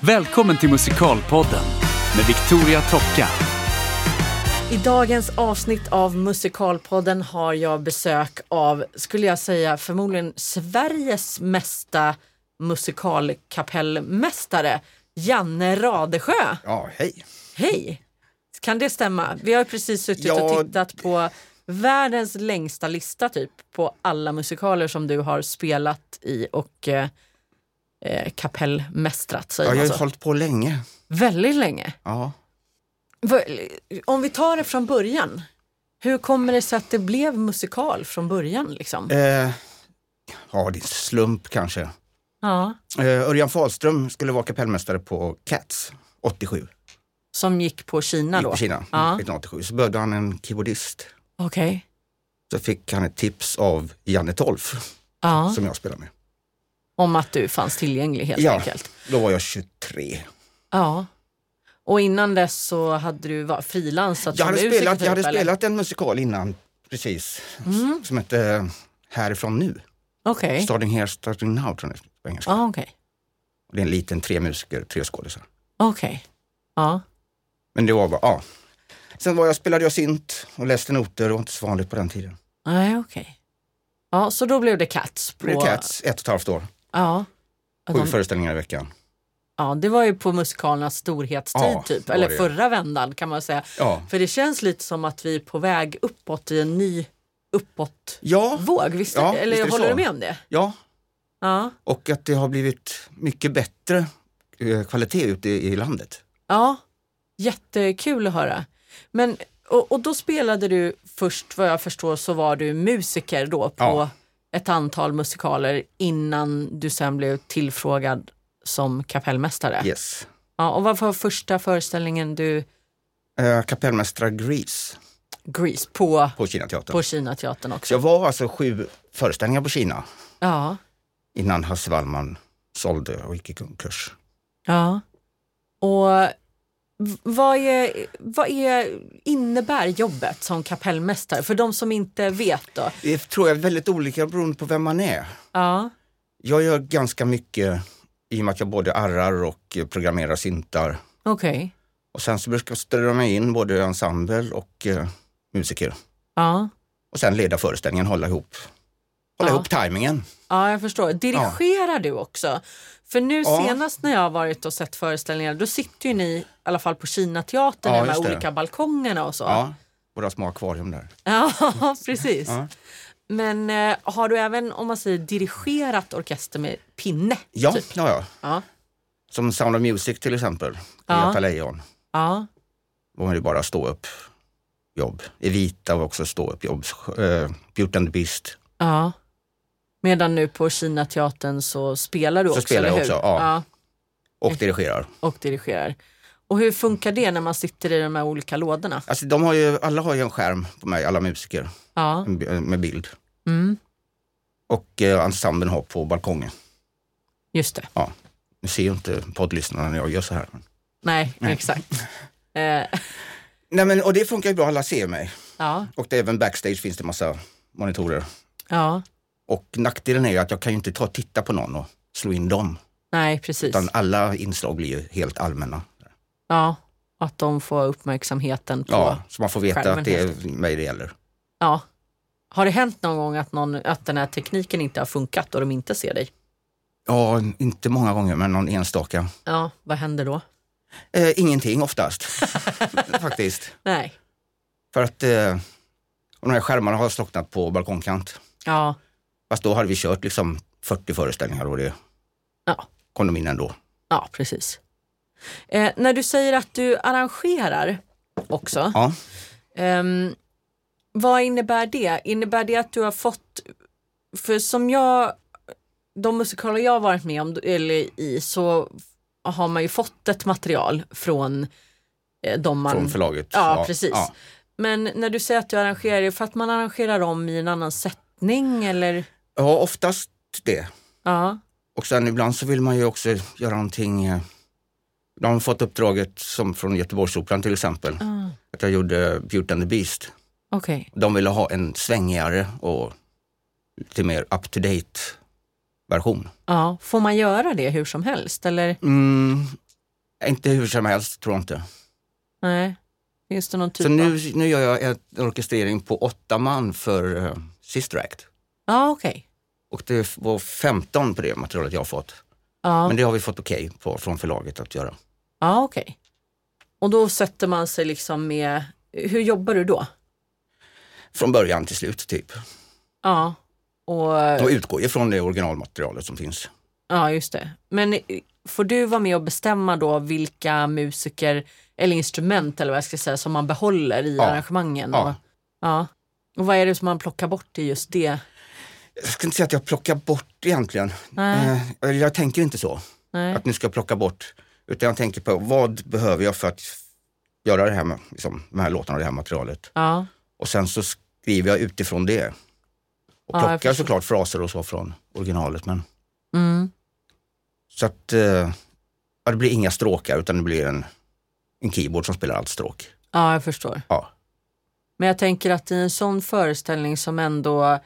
Välkommen till Musikalpodden med Victoria Tocka. I dagens avsnitt av Musikalpodden har jag besök av, skulle jag säga, förmodligen Sveriges mesta musikalkapellmästare, Janne Radesjö. Ja, hej. Hej! Kan det stämma? Vi har ju precis suttit Ja, och tittat på världens längsta lista typ på alla musikaler som du har spelat i och eh, eh, kapellmästrat. Ja, Säger jag har man ju så. hållit på länge. Väldigt länge. Ja. Va- Om vi tar det från början. Hur kommer det sig att det blev musikal från början? Liksom? Eh, ja, det är en slump kanske. Ja. Eh, Örjan Fahlström skulle vara kapellmästare på Cats 87, Som gick på Kina gick då? på Kina Ja. 1987. Så behövde han en keyboardist. Okej. Så fick han ett tips av Janne Tolf Ja. som jag spelar med. Om att du fanns tillgänglig helt Ja. enkelt. Då var jag 23. Ja. Och innan dess så hade du var- frilansat Jag som hade, musiker? spelat, typ, jag hade eller? spelat en musikal innan, precis, Mm. som hette Härifrån nu. Okej. Starting here, starting now tror jag det är på engelska. Ja, okej. Det är en liten, tre musiker, tre skådisar. Okej. Ja. Men det var bara, ja. Sen var jag, spelade jag synt och läste noter, det var inte så vanligt på den tiden. Nej, okej. Ja, så då blev det Cats. På... Det blev Cats, ett och ett halvt år, Ja. Ja, sju de- föreställningar i veckan. Ja, det var ju på musikalernas storhetstid Ja, typ. var Eller det. förra vändan kan man säga. Ja, För det känns lite som att vi är på väg uppåt i en ny uppåtvåg. ja, Visst, Ja, eller visst är det håller så. du med om det? ja. Ja. och att det har blivit mycket bättre eh, kvalitet ute i i landet. ja, jättekul att höra. Men, och, och då spelade du först, vad jag förstår, så var du musiker då på Ja. ett antal musikaler innan du sen blev tillfrågad som kapellmästare. Yes. Ja, och vad var första föreställningen du, Eh, Kapellmästare Grease Grease, på, på Kinateatern. på Kinateatern Så också? jag var alltså sju föreställningar på Kina Ja. innan Hasse Wallman sålde och gick i konkurs. Ja. Och v- vad, är, vad är, innebär jobbet som kapellmästare för de som inte vet då? Det tror jag är väldigt olika beroende på vem man är. Ja, Jag gör ganska mycket i och med att jag både arrar och eh, programmerar syntar. okej. Och sen så brukar jag störa mig in både ensemble och eh, musiker. Ja. Och sen leda föreställningen, hålla ihop, hålla Ja. ihop tajmingen. ja, jag förstår. Dirigerar du också? För nu Ja. senast när jag har varit och sett föreställningar, då sitter ju ni i alla fall på Kinateatern Ja, med de här just det. olika balkongerna och så. Ja, våra små akvarium där. Ja, precis. Ja. Men eh, har du även, om man säger dirigerat orkester med pinne? Ja, Typ? ja, ja. Ja. Som Sound of Music till exempel, Ja. Göta Lejon. ja. var det bara stå upp jobb. Evita var också stå upp jobb. Eh, Beauty and the Beast. Ja. Medan nu på Kinateatern så spelar du Så också, spelar jag eller hur? också, ja. Och dirigerar. Och dirigerar. Och hur funkar det när man sitter i de här olika lådorna? Alltså de har ju, alla har ju en skärm på mig, alla musiker, Ja. med- med bild. Mm. Och eh, ensemblen har på balkongen. Just det. Nu ser ju inte poddlyssnarna när jag gör så här. Nej, exakt. Eh, Nej men och det funkar ju bra, alla ser mig. ja, Och det, även backstage finns det massa monitorer. ja, Och nackdelen är ju att jag kan ju inte ta och titta på någon och slå in dem. nej precis. Utan alla inslag blir ju helt allmänna. Ja, att de får uppmärksamheten på. Ja. Ja, så man får veta Skärmen att det är mig det gäller. Har det hänt någon gång att, någon, att den här tekniken inte har funkat och de inte ser dig? Ja, inte många gånger men någon enstaka. Ja, vad händer då? Eh, ingenting oftast, faktiskt. Nej. För att eh, och de här skärmarna har slocknat på balkongkant. Ja, Fast då hade vi kört liksom 40 föreställningar och det ja. kom de in ändå. Ja, precis. Eh, när du säger att du arrangerar också, Ja. ehm, vad innebär det? Innebär det att du har fått, för som jag, de musikaler jag har varit med om eller i så har man ju fått ett material från eh, de man... Från förlaget. ja, precis. ja. Men när du säger att du arrangerar, är det för att man arrangerar om i en annan sättning eller? Ja, oftast det. Ja, Och sen ibland så vill man ju också göra någonting. eh, De har fått uppdraget som från Göteborgsoperan till exempel. ah, Att jag gjorde Beauty and the Beast. okej. De ville ha en svängigare och lite mer up to date version. Ja, får man göra det hur som helst eller? Mm, Inte hur som helst, tror jag inte. Nej. Finns det någon typ Så av... nu, nu gör jag ett- en orkestrering på åtta man för uh, Sister Act. Ja, okej. Och det var 15 på det materialet jag har fått. Ja, Men det har vi fått okej på från förlaget att göra. ja okej. Och då sätter man sig liksom med... Hur jobbar du då? Från början till slut, typ. Ja, och... Och utgår ifrån det originalmaterialet som finns. Ja, just det. Men eh, får du vara med och bestämma då vilka musiker eller instrument eller vad jag ska säga som man behåller i Ja. arrangemangen? Och, Ja. ja. Och vad är det som man plockar bort i just det? Jag ska inte säga att jag plockar bort egentligen. Nej. Eh, eller jag tänker inte så, Nej. att nu ska jag plocka bort. Utan jag tänker på vad behöver jag för att göra det här med, liksom, de här låtarna och det här materialet. Ja, Och sen så skriver jag utifrån det. Och Ja, jag plockar förstår. såklart fraser och så från originalet. Men, mm. så att eh, ja, det blir inga stråkar utan det blir en, en keyboard som spelar allt stråk. ja jag förstår. Ja. Men jag tänker att i en sån föreställning som ändå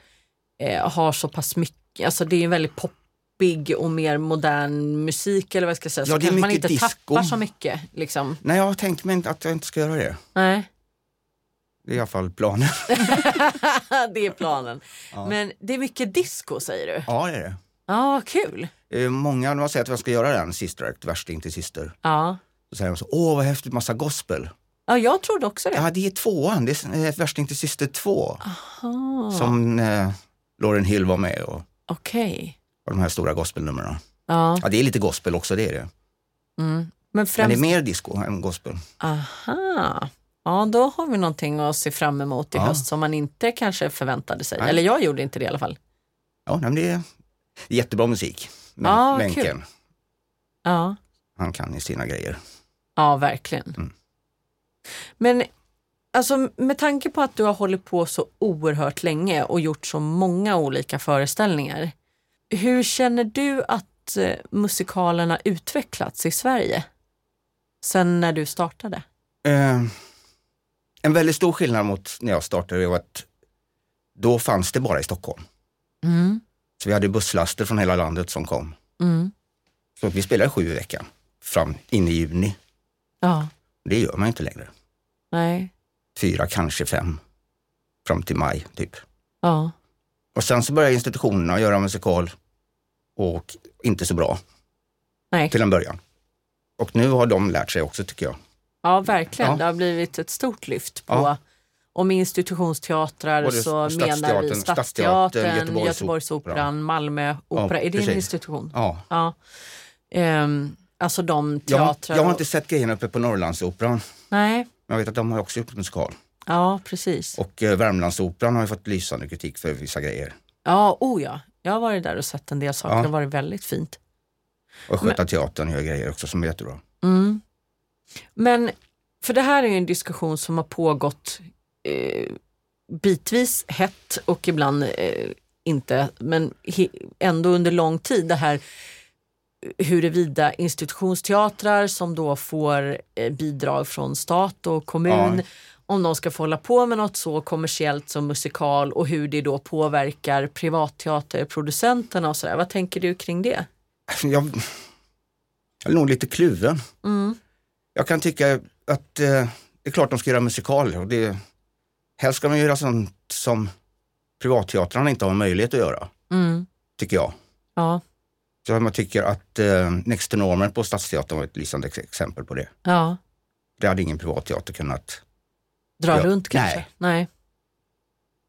eh, har så pass mycket, alltså det är ju väldigt poppig och mer modern musik eller vad jag ska säga, Ja, så det är kanske man inte mycket disco. tappar så mycket. Liksom. Nej, jag tänker mig inte att jag inte ska göra det. Nej. Det är i alla fall planen. det är planen. Ja. Men det är mycket disco säger du? ja, det är det. Ja, vad kul. Eh, Många, när man säger att jag ska göra den, Sister Act, Värsting till Syster, Ja. så säger de så, åh vad häftigt, massa gospel. ja, jag trodde också det. Ja, det är tvåan, det är eh, Värsting till Syster 2, Ah, som eh, Lauren Hill var med och, Okej. och de här stora gospelnumren. Ja. Ja, det är lite gospel också, det är det. Mm. Men Men det främst... är mer disco än gospel. Aha. Ja, då har vi någonting att se fram emot i Ja. höst som man inte kanske förväntade sig. Nej. Eller jag gjorde inte det i alla fall. Ja, nej, men det är det är jättebra musik. Men, Ja, vad Menken, kul. Ja. han kan ju sina grejer. Ja, verkligen. Mm. Men alltså, med tanke på att du har hållit på så oerhört länge och gjort så många olika föreställningar. Hur känner du att eh, musikalerna utvecklats i Sverige sen när du startade? Eh, en väldigt stor skillnad mot när jag startade var att då fanns det bara i Stockholm. Mm, Så vi hade busslaster från hela landet som kom. mm, Så att vi spelade sju i veckan, fram in i juni. ja, Det gör man ju inte längre. nej, Fyra, kanske fem. Fram till maj, typ. ja, Och sen så började institutionerna göra musikal och inte så bra nej. till en början. Och nu har de lärt sig också tycker jag. Ja, verkligen. Ja. Det har blivit ett stort lyft på Ja. om institutionsteatrar Och det- så och menar vi Stadsteatern, Stadsteatern, Stadsteatern, Göteborgsoperan. Göteborgsoperan, Malmö Opera. är det en precis. institution? Ja. Ja. Ehm, alltså de Jag, har- teatrar. jag har och- inte sett grejerna uppe på Norrlandsoperan. Nej, Men jag vet att de har också gjort musikal. ja precis. Och eh, Värmlandsoperan har ju fått lysande kritik för vissa grejer. Ja, oh ja. Jag har varit där och sett en del saker. Ja. Det har varit väldigt fint. Och Östgötateatern gör grejer också som är jättebra. Mm. Men, för det här är ju en diskussion som har pågått eh, bitvis hett och ibland eh, inte, men he, ändå under lång tid. Det här eh, huruvida institutionsteatrar som då får eh, bidrag från stat och kommun, Ja. om de ska få hålla på med något så kommersiellt som musikal och hur det då påverkar privatteaterproducenterna och sådär. Vad tänker du kring det? Alltså, Jag, jag är nog lite kluven. Mm. Jag kan tycka att eh, det är klart de ska göra musikaler. Och det, helst ska man göra sånt som privatteatrarna inte har möjlighet att göra, Mm. tycker jag. Ja. Så man tycker att eh, Next to Norman på Stadsteatern var ett lysande ex- exempel på det. ja. Det hade ingen privatteater kunnat Dra Ja. runt kanske? Nej. Nej.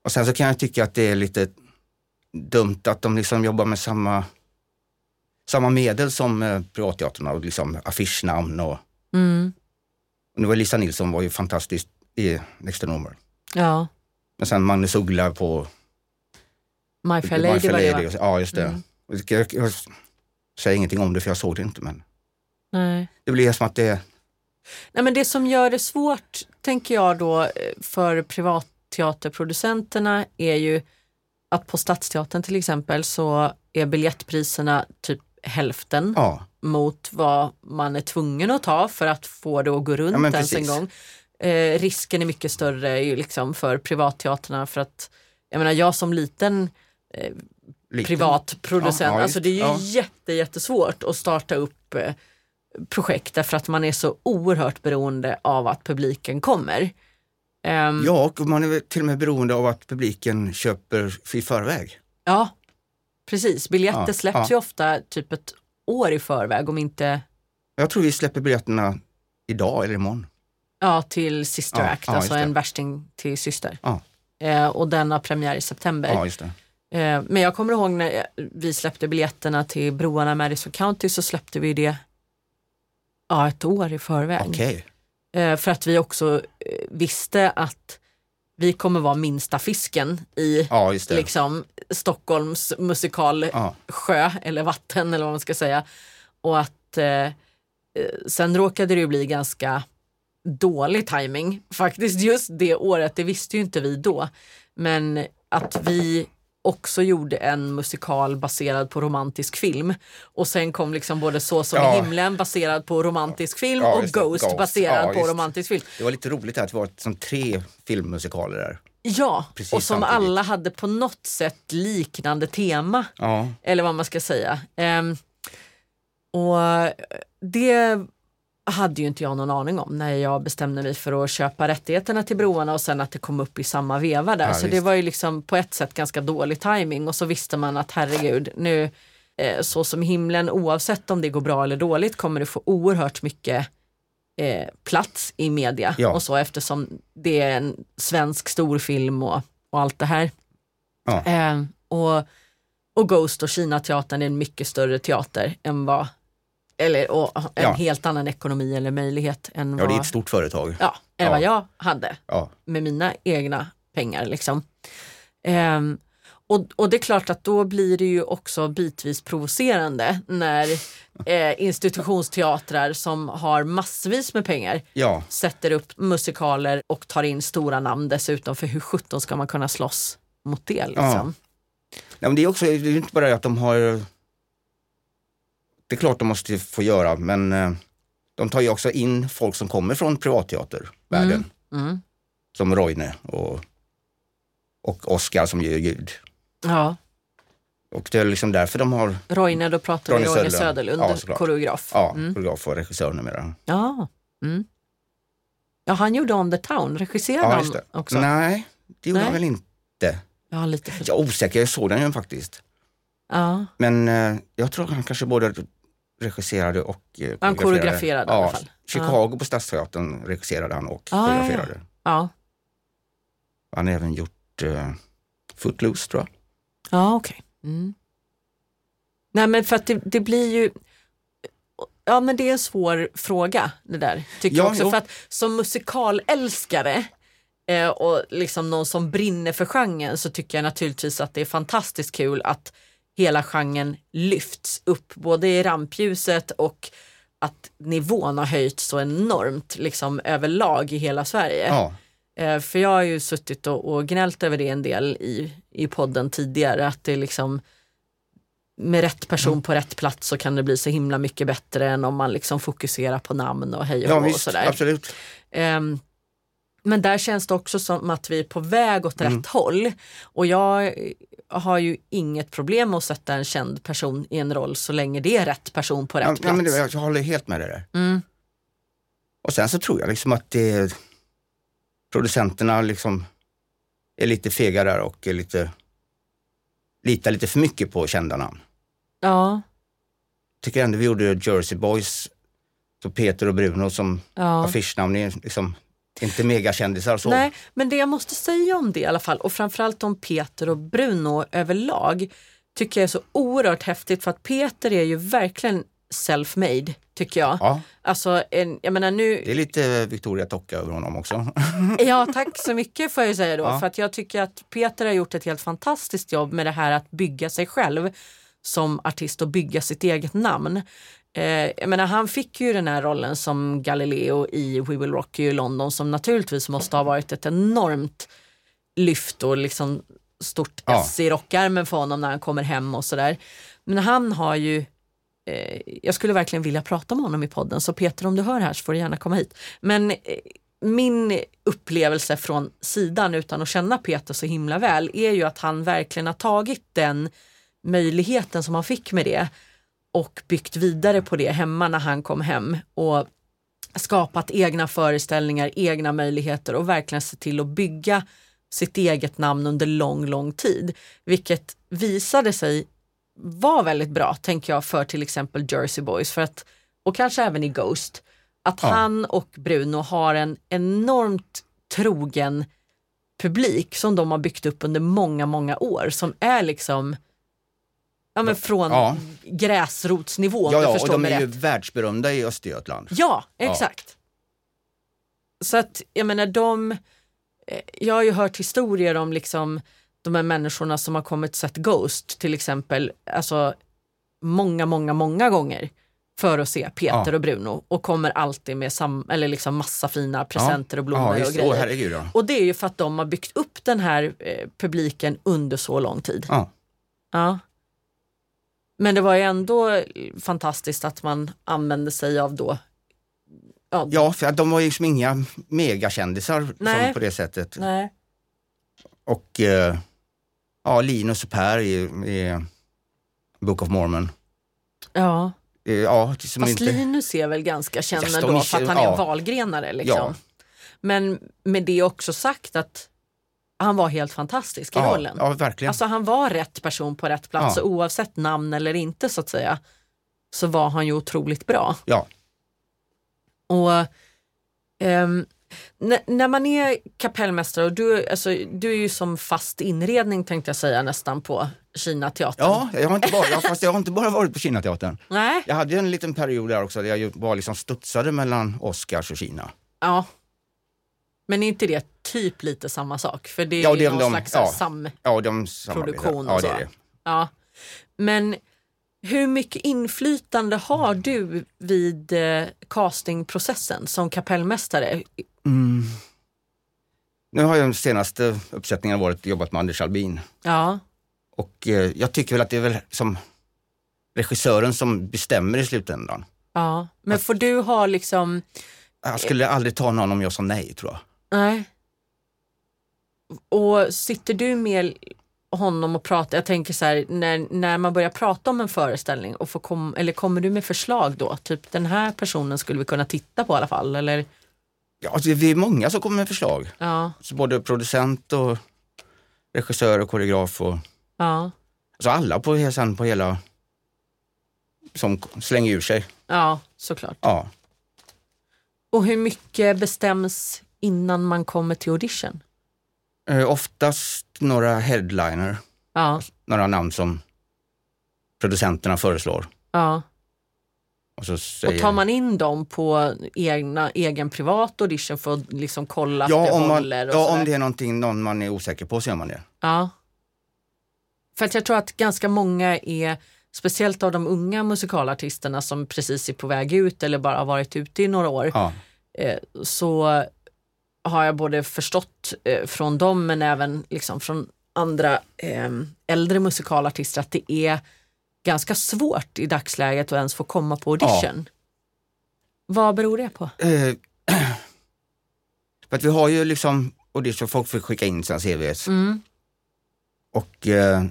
Och sen så kan jag tycka att det är lite dumt att de liksom jobbar med samma, samma medel som eh, privatteaterna och liksom affischnamn och, och Mm. nu var Lisa Nilsson var ju fantastisk i Next to Normal. Ja. Men sen Magnus Uggla på My Fair Lady var det va? och så- Ja, just det. Mm. Och det- Jag, jag säger ingenting om det för jag såg det inte men Nej. det blir som att det, Nej, men det som gör det svårt, tänker jag då, eh, för privatteaterproducenterna är ju att på Stadsteatern till exempel så är biljettpriserna typ hälften ja, mot vad man är tvungen att ta för att få det att gå runt Ja, men ens en precis. gång. Eh, risken är mycket större ju liksom för privatteatrarna för att jag menar jag som liten lite. privat producent. Ja, ja, alltså just- det är ju ja. jätte, jättesvårt att starta upp eh, projekt därför att man är så oerhört beroende av att publiken kommer. Ehm, Ja, och man är väl till och med beroende av att publiken köper i förväg. Ja, precis. Biljetter Ja, släpps ja. ju ofta typ ett år i förväg om inte Jag tror vi släpper biljetterna idag eller imorgon. ja, till Sister Ja, Act, ja, alltså just det. en värsting till syster. Ja. Eh, och den har premiär i september. Ja, just det. Eh, men jag kommer ihåg när eh, vi släppte biljetterna till Broarna Madison County så släppte vi det ja, ett år i förväg. Okej. Eh, för att vi också eh, visste att vi kommer vara minsta fisken i Ja, just det. liksom, Stockholms musikal Ja, sjö eller vatten eller vad man ska säga. Och att eh, eh, sen råkade det ju bli ganska dålig timing faktiskt just det året. Det visste ju inte vi då. Men att vi också gjorde en musikal baserad på romantisk film och sen kom liksom både Så som Ja. i himlen baserad på romantisk film Ja, och just Ghost, det. Ghost. baserad Ja, på just. romantisk film. det var lite roligt att det var som tre filmmusikaler där. Ja, Precis och som samtidigt. alla hade på något sätt liknande tema. Ja, eller vad man ska säga. Ehm, och det hade ju inte jag någon aning om när jag bestämde mig för att köpa rättigheterna till broarna och sen att det kom upp i samma veva där. Ja, så det visst. var ju liksom på ett sätt ganska dålig timing och så visste man att herregud, nu eh, så som i himlen, oavsett om det går bra eller dåligt kommer det få oerhört mycket eh, plats i media Ja. och så eftersom det är en svensk storfilm och, och allt det här. Ja. Eh, och, och Ghost och Kina-teatern är en mycket större teater än vad, eller och, en Ja. helt annan ekonomi eller möjlighet än ja vad, det är ett stort företag. ja, än vad Ja. jag hade Ja, med mina egna pengar. Liksom. Ehm, och, och det är klart att då blir det ju också bitvis provocerande när eh, institutionsteatrar som har massvis med pengar ja, sätter upp musikaler och tar in stora namn dessutom. För hur sjutton ska man kunna slåss mot det? Liksom? Nej, men det är också, det är ju inte bara det att de har... Det är klart de måste få göra, men eh, de tar ju också in folk som kommer från privatteatervärlden. Mm. Som Roine och, och Oscar som gör ljud. Ja. Och det är liksom därför de har Roine, då pratar vi Ronny Roine Söderlund. Söderlund, Ja, såklart. koreograf. ja, Mm. koreograf och regissör numera. Ja. Mm. ja, han gjorde On the Town, regisserade Ja, han just det. också. Nej, det gjorde Nej. han väl inte. Ja, lite för... Jag är osäker, jag såg den ju faktiskt. ja. Men eh, jag tror han kanske både regisserade och eh, Han koreograferade i alla ja, fall. Ah, Chicago på Stadsteatern regisserade han och Ja, ja, ja. koreograferade. Ja, Han har även gjort eh, Footloose tror jag. Eh, ja okej. Mm. Nej men för att det, det blir ju Ja men det är en svår fråga det där. Tycker Ja, jag också. jo. För att som musikalälskare eh, och liksom någon som brinner för genren så tycker jag naturligtvis att det är fantastiskt kul att hela genren lyfts upp både i rampljuset och att nivån har höjts så enormt liksom överlag i hela Sverige. Ja, Eh, För jag har ju suttit och, och gnällt över det en del i, i podden tidigare. Att det är liksom med rätt Mm. person på rätt plats så kan det bli så himla mycket bättre än om man liksom fokuserar på namn och hej och, ja hå och visst, sådär. absolut. Ehm, men där känns det också som att vi är på väg åt Mm. rätt håll. Och jag eh, har ju inget problem med att sätta en känd person i en roll så länge det är rätt person på rätt Ja, plats. ja, men det, jag håller helt med dig där. Mm. Och sen så tror jag liksom att det, producenterna liksom är lite fega där och är lite, litar lite för mycket på kända namn. Ja, Tycker ändå vi gjorde Jersey Boys, så Peter och Bruno som ja. affischnamn, är liksom inte megakändisar så. Nej, men det jag måste säga om det i alla fall och framförallt om Peter och Bruno överlag tycker jag är så oerhört häftigt för att Peter är ju verkligen self-made tycker jag. Ja, Alltså, en, jag menar nu, det är lite Victoria Tocka över honom också. Ja, tack så mycket får jag ju säga då. Ja. För att jag tycker att Peter har gjort ett helt fantastiskt jobb med det här att bygga sig själv som artist och bygga sitt eget namn. Eh, jag menar, han fick ju den här rollen som Galileo i We Will Rock You i London som naturligtvis måste ha varit ett enormt lyft och liksom stort Ja. S i rockärmen för honom när han kommer hem och sådär. Men han har ju eh, jag skulle verkligen vilja prata med honom i podden så Peter om du hör här så får du gärna komma hit. Men eh, min upplevelse från sidan utan att känna Peter så himla väl är ju att han verkligen har tagit den möjligheten som han fick med det och byggt vidare på det hemma när han kom hem och skapat egna föreställningar, egna möjligheter och verkligen sett till att bygga sitt eget namn under lång, lång tid. Vilket visade sig var väldigt bra, tänker jag, för till exempel Jersey Boys för att, och kanske även i Ghost. Att Ja. han och Bruno har en enormt trogen publik som de har byggt upp under många, många år som är liksom ja, men från Ja. gräsrotsnivå om Ja, du ja och förstår de mig är ju rätt. världsberömda i Östergötland. Ja, Ja. exakt. Så att jag menar de, eh, jag har ju hört historier om liksom de här människorna som har kommit och sett Ghost till exempel, alltså många, många, många gånger för att se Peter Ja. och Bruno och kommer alltid med sam, eller liksom massa fina presenter och blommor ja, och just det. grejer. Åh, herregud ja. Och det är ju för att de har byggt upp den här eh, publiken under så lång tid. ja. Ja. Men det var ju ändå fantastiskt att man använde sig av då. Ja, Ja, för att de var ju liksom inga megakändisar Nej. som på det sättet. Nej. Och eh, ja, Linus och Per i, i Book of Mormon. ja. Eh, ja, som fast inte... Linus är väl ganska känd Yes, de ändå är- för att han är ja. en valgrenare. Liksom. Ja. Men med det också sagt att han var helt fantastisk i ja, rollen. ja, verkligen. Alltså han var rätt person på rätt plats Ja. och oavsett namn eller inte så att säga så var han ju otroligt bra. Ja, Och ehm, n- när man är kapellmästare och du, alltså, du är ju som fast inredning tänkte jag säga nästan på Kinateatern. ja jag, har inte bara, jag, fast jag har inte bara varit på Kinateatern. Nej? Jag hade ju en liten period där också där jag ju bara liksom studsade mellan Oscars och Kina. Ja. Men är inte det typ lite samma sak? För det är Ja, ju det- någon de- slags ja. sam... Ja, de samarbetar. Produktion och ja, så. det är det. Ja. Men hur mycket inflytande har du vid eh, castingprocessen som kapellmästare? Mm. Nu har jag den senaste uppsättningen varit jobbat med Anders Albin. Ja, Och eh, jag tycker väl att det är väl som regissören som bestämmer i slutändan. ja. Men får du ha liksom... Jag skulle aldrig ta någon om jag sa nej tror jag. Nej. Och sitter du med honom och pratar? Jag tänker så här, när, när man börjar prata om en föreställning, och får kom, eller kommer du med förslag då? Typ den här personen skulle vi kunna titta på i alla fall, eller? Ja, alltså, vi är många som kommer med förslag. Ja, Så både producent och regissör och koreograf och ja, alltså alla på, he- sen på hela som k- slänger ur sig. ja, såklart. Ja. Och hur mycket bestäms innan man kommer till audition? Eh, Oftast några headliner, Ja, några namn som producenterna föreslår. ja. Och, så säger... Och tar man in dem på egna, egen privat audition för att liksom kolla att det ja, om man, håller? och ja, sådär? om det är någonting, någon man är osäker på så gör man det. Ja. För att jag tror att ganska många är, speciellt av de unga musikalartisterna som precis är på väg ut eller bara har varit ute i några år, Ja. eh, så har jag både förstått eh, från dem men även liksom från andra eh, äldre musikalartister att det är ganska svårt i dagsläget att ens få komma på audition. Vad beror det på? Eh, för att vi har ju liksom, och det är så folk får skicka in sina CVs. Mm. Och eh,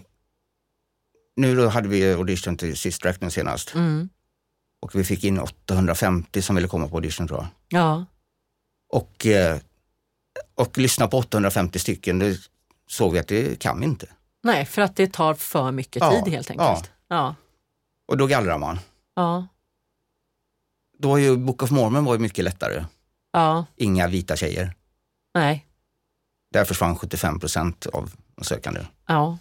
nu då hade vi audition till Sist Track nu senast. Mm. Och vi fick in 850 som ville komma på audition tror jag. Ja. Och, eh, och lyssna på 850 stycken, det såg vi att det kan vi inte. Nej, för att det tar för mycket Ja, tid helt enkelt. Ja. Och då gallrar man. Ja. Då var ju Book of Mormon var ju mycket lättare. Ja. Inga vita tjejer. Nej. Där försvann 75 procent av de sökande. Ja.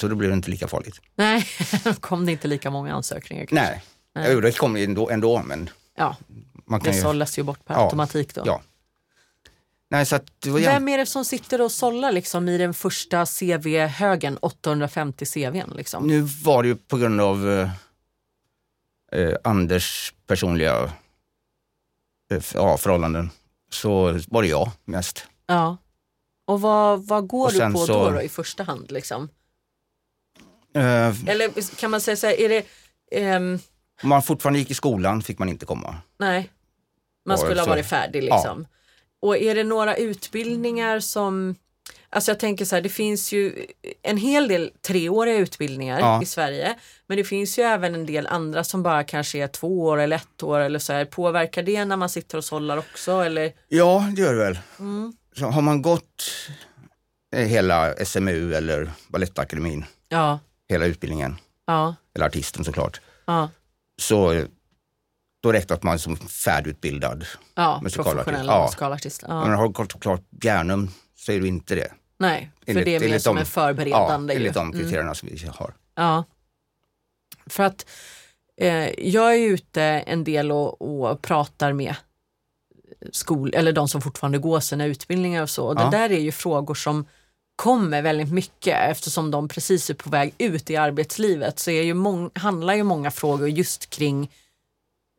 Så då blev det inte lika farligt. Nej, då kom det inte lika många ansökningar. kanske. Nej, Nej. Jo, det kom ju ändå, ändå men Ja, man kan det ju... sållas ju bort per Ja, automatik då. Ja. Nej, så att det var jäm... Vem är det som sitter och sållar liksom i den första CV-högen, 850 CVn liksom? Nu var det ju på grund av eh, eh, Anders personliga eh, f- ja, förhållanden så var det jag mest. Ja. Och vad, vad går Och du sen på då, så- då i första hand liksom? Eh, Eller kan man säga så här, är det, ehm, om man fortfarande gick i skolan fick man inte komma. nej, man Ja, skulle ha så- varit färdig Ja. liksom. Och är det några utbildningar som Alltså jag tänker så här, det finns ju en hel del treåriga utbildningar Ja. i Sverige. Men det finns ju även en del andra som bara kanske är två år eller ett år eller så här. Påverkar det när man sitter och sållar också eller? Ja, det gör det väl. Mm. Så har man gått eh, hela SMU eller Balettakademin, Ja, hela utbildningen, ja, eller artisten såklart, ja, så eh, då räknas man som färdigutbildad. ja. Musikalartist. professionell Ja. Mm. musikalartist. Ja. Men har du gått klart Bjärnum så är du inte det. Nej, för Enligt- det är mer enligt som de- en förberedande. ju. enligt de Mm. kriterierna som vi har. Ja. För att eh, jag är ju ute en del och, och pratar med skol, eller de som fortfarande går sina utbildningar och så. Och Ja. Det där är ju frågor som kommer väldigt mycket eftersom de precis är på väg ut i arbetslivet så är ju mång, handlar ju många frågor just kring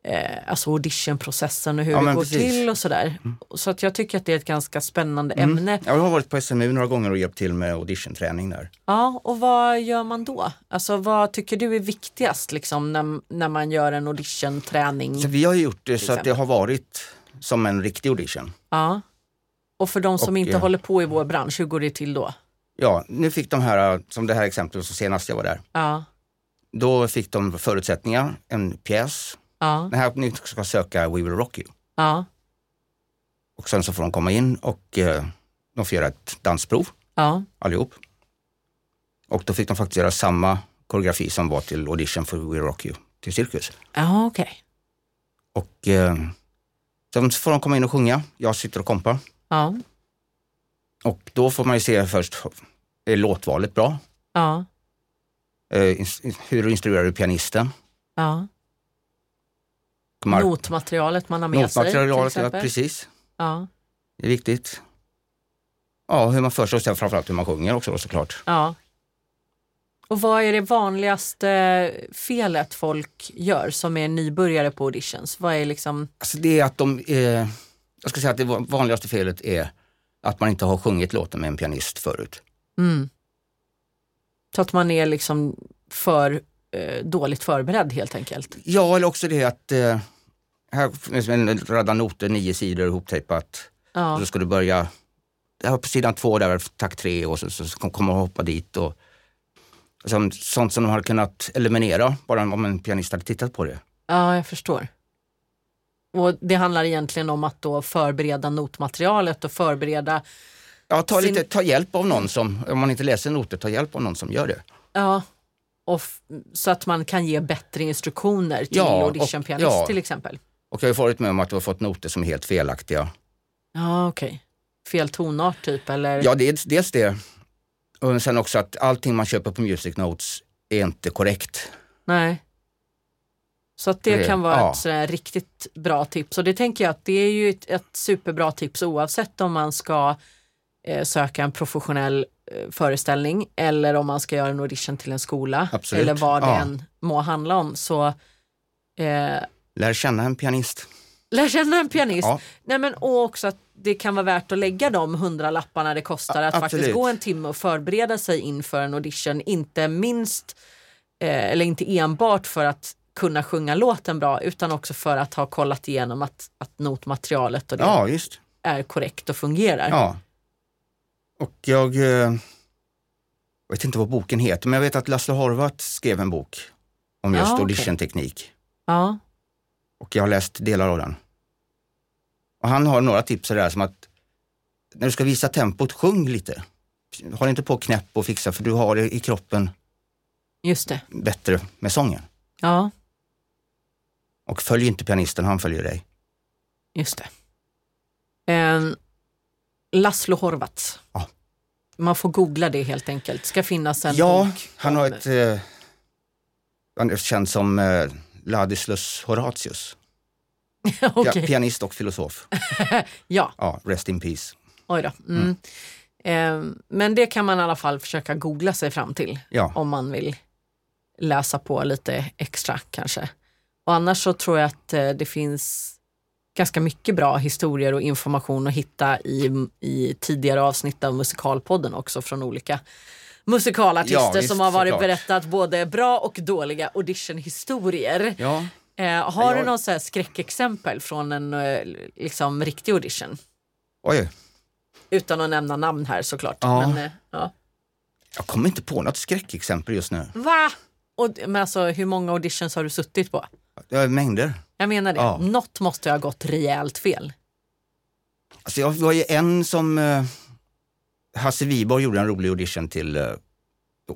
eh, alltså auditionprocessen och hur Ja, det men går precis. Mm. till och sådär. Så att jag tycker att det är ett ganska spännande ämne. Jag har varit på SMU några gånger och hjälpt till med auditionträning där. Ja, och vad gör man då? Alltså vad tycker du är viktigast liksom när, när man gör en auditionträning? Så vi har ju gjort det så att det exempel. har varit som en riktig audition. Ja. Och för de som Och, inte eh, håller på i vår bransch, hur går det till då? Ja, nu fick de här, som det här exemplet så senast jag var där, Ja, då fick de förutsättningar, en pjäs. ja, Den här ni ska söka We Will Rock You. ja, Och sen så får de komma in och eh, de får göra ett dansprov ja, allihop. Och då fick de faktiskt göra samma koreografi som var till audition för We Will Rock You till Cirkus. ja, okej. Och eh, sen får de komma in och sjunga. Jag sitter och kompar. Ja, Och då får man ju se först, är låtvalet bra? ja, Eh, ins- ins- hur instruerar du pianisten? ja. Mark- Notmaterialet man har med sig till Notmaterialet, ja, exempel. precis. Ja, Det är viktigt. Ja, hur man för sig och sen framförallt hur man sjunger också då, såklart. ja. Och vad är det vanligaste felet folk gör som är nybörjare på auditions? Vad är liksom, Alltså det är att de, eh, jag ska säga att det va- vanligaste felet är att man inte har sjungit låten med en pianist förut. mm. Så att man är liksom för eh, dåligt förberedd helt enkelt. Ja, eller också det att, eh, här finns en radda noter, nio sidor ihoptejpat. Ja, Och så ska du börja, här på sidan två där, takt tre och så, så, så kommer man hoppa dit. Och, och sen, sånt som de hade kunnat eliminera, bara om en pianist hade tittat på det. ja jag förstår. Och det handlar egentligen om att då förbereda notmaterialet och förbereda, Ja, ta, Sin- lite, ta hjälp av någon som, om man inte läser noter, ta hjälp av någon som gör det. ja, och f- så att man kan ge bättre instruktioner till Ja, och- auditionpianist ja. till exempel. Och jag har ju varit med om att du har fått noter som är helt felaktiga. Ja, okej. Fel tonart typ eller? Ja, det är dels det. Och sen också att allting man köper på Music Notes är inte korrekt. Nej. Så att det Det- kan vara ja. ett sådär riktigt bra tips och det tänker jag att det är ju ett, ett superbra tips oavsett om man ska eh, söka en professionell eh, föreställning eller om man ska göra en audition till en skola Absolut. eller vad det Ja. än må handla om. Så eh, Lär känna en pianist. lär känna en pianist. Ja. Nej, men, och också att det kan vara värt att lägga de hundralapparna det kostar att A- faktiskt absolut. gå en timme och förbereda sig inför en audition. Inte minst, eh, eller inte enbart för att kunna sjunga låten bra utan också för att ha kollat igenom att, att notmaterialet och det Ja, just. är korrekt och fungerar. Ja. Och jag, eh, jag vet inte vad boken heter, men jag vet att Laszlo Horvath skrev en bok om Ja, just Ah, okej. auditionteknik. Ja, Och jag har läst delar av den. Och han har några tips där som att när du ska visa tempot, sjung lite. Håll inte på och knäpp och fixa för du har det i kroppen just det. bättre med sången. Ja, Och följ inte pianisten, han följer dig. just det. Eh, Laszlo Horvath. Ja. Man får googla det helt enkelt. Ska finnas en Ja, bok han har om- ett... Eh, han är känd som eh, Ladislus Horatius. Pia- Okej. Pianist och filosof. ja. Ja, rest in peace. Oj då. Mm. Eh, men det kan man i alla fall försöka googla sig fram till Ja, om man vill läsa på lite extra kanske. Och annars så tror jag att eh, det finns ganska mycket bra historier och information att hitta i, i tidigare avsnitt av Musikalpodden också från olika musikalartister Ja, visst, som har varit såklart. berättat både bra och dåliga auditionhistorier. ja. Eh, har du Jag- någon så här skräckexempel från en eh, liksom, riktig audition? oj. Utan att nämna namn här såklart. Ja. Men, eh, ja. Jag kommer inte på något skräckexempel just nu. Va? Och, men alltså hur många auditions har du suttit på? Jag har mängder. Jag menar det, Ja. något måste ha gått rejält fel. Alltså jag var ju en som eh, Hasse Wiborg gjorde en rolig audition till eh,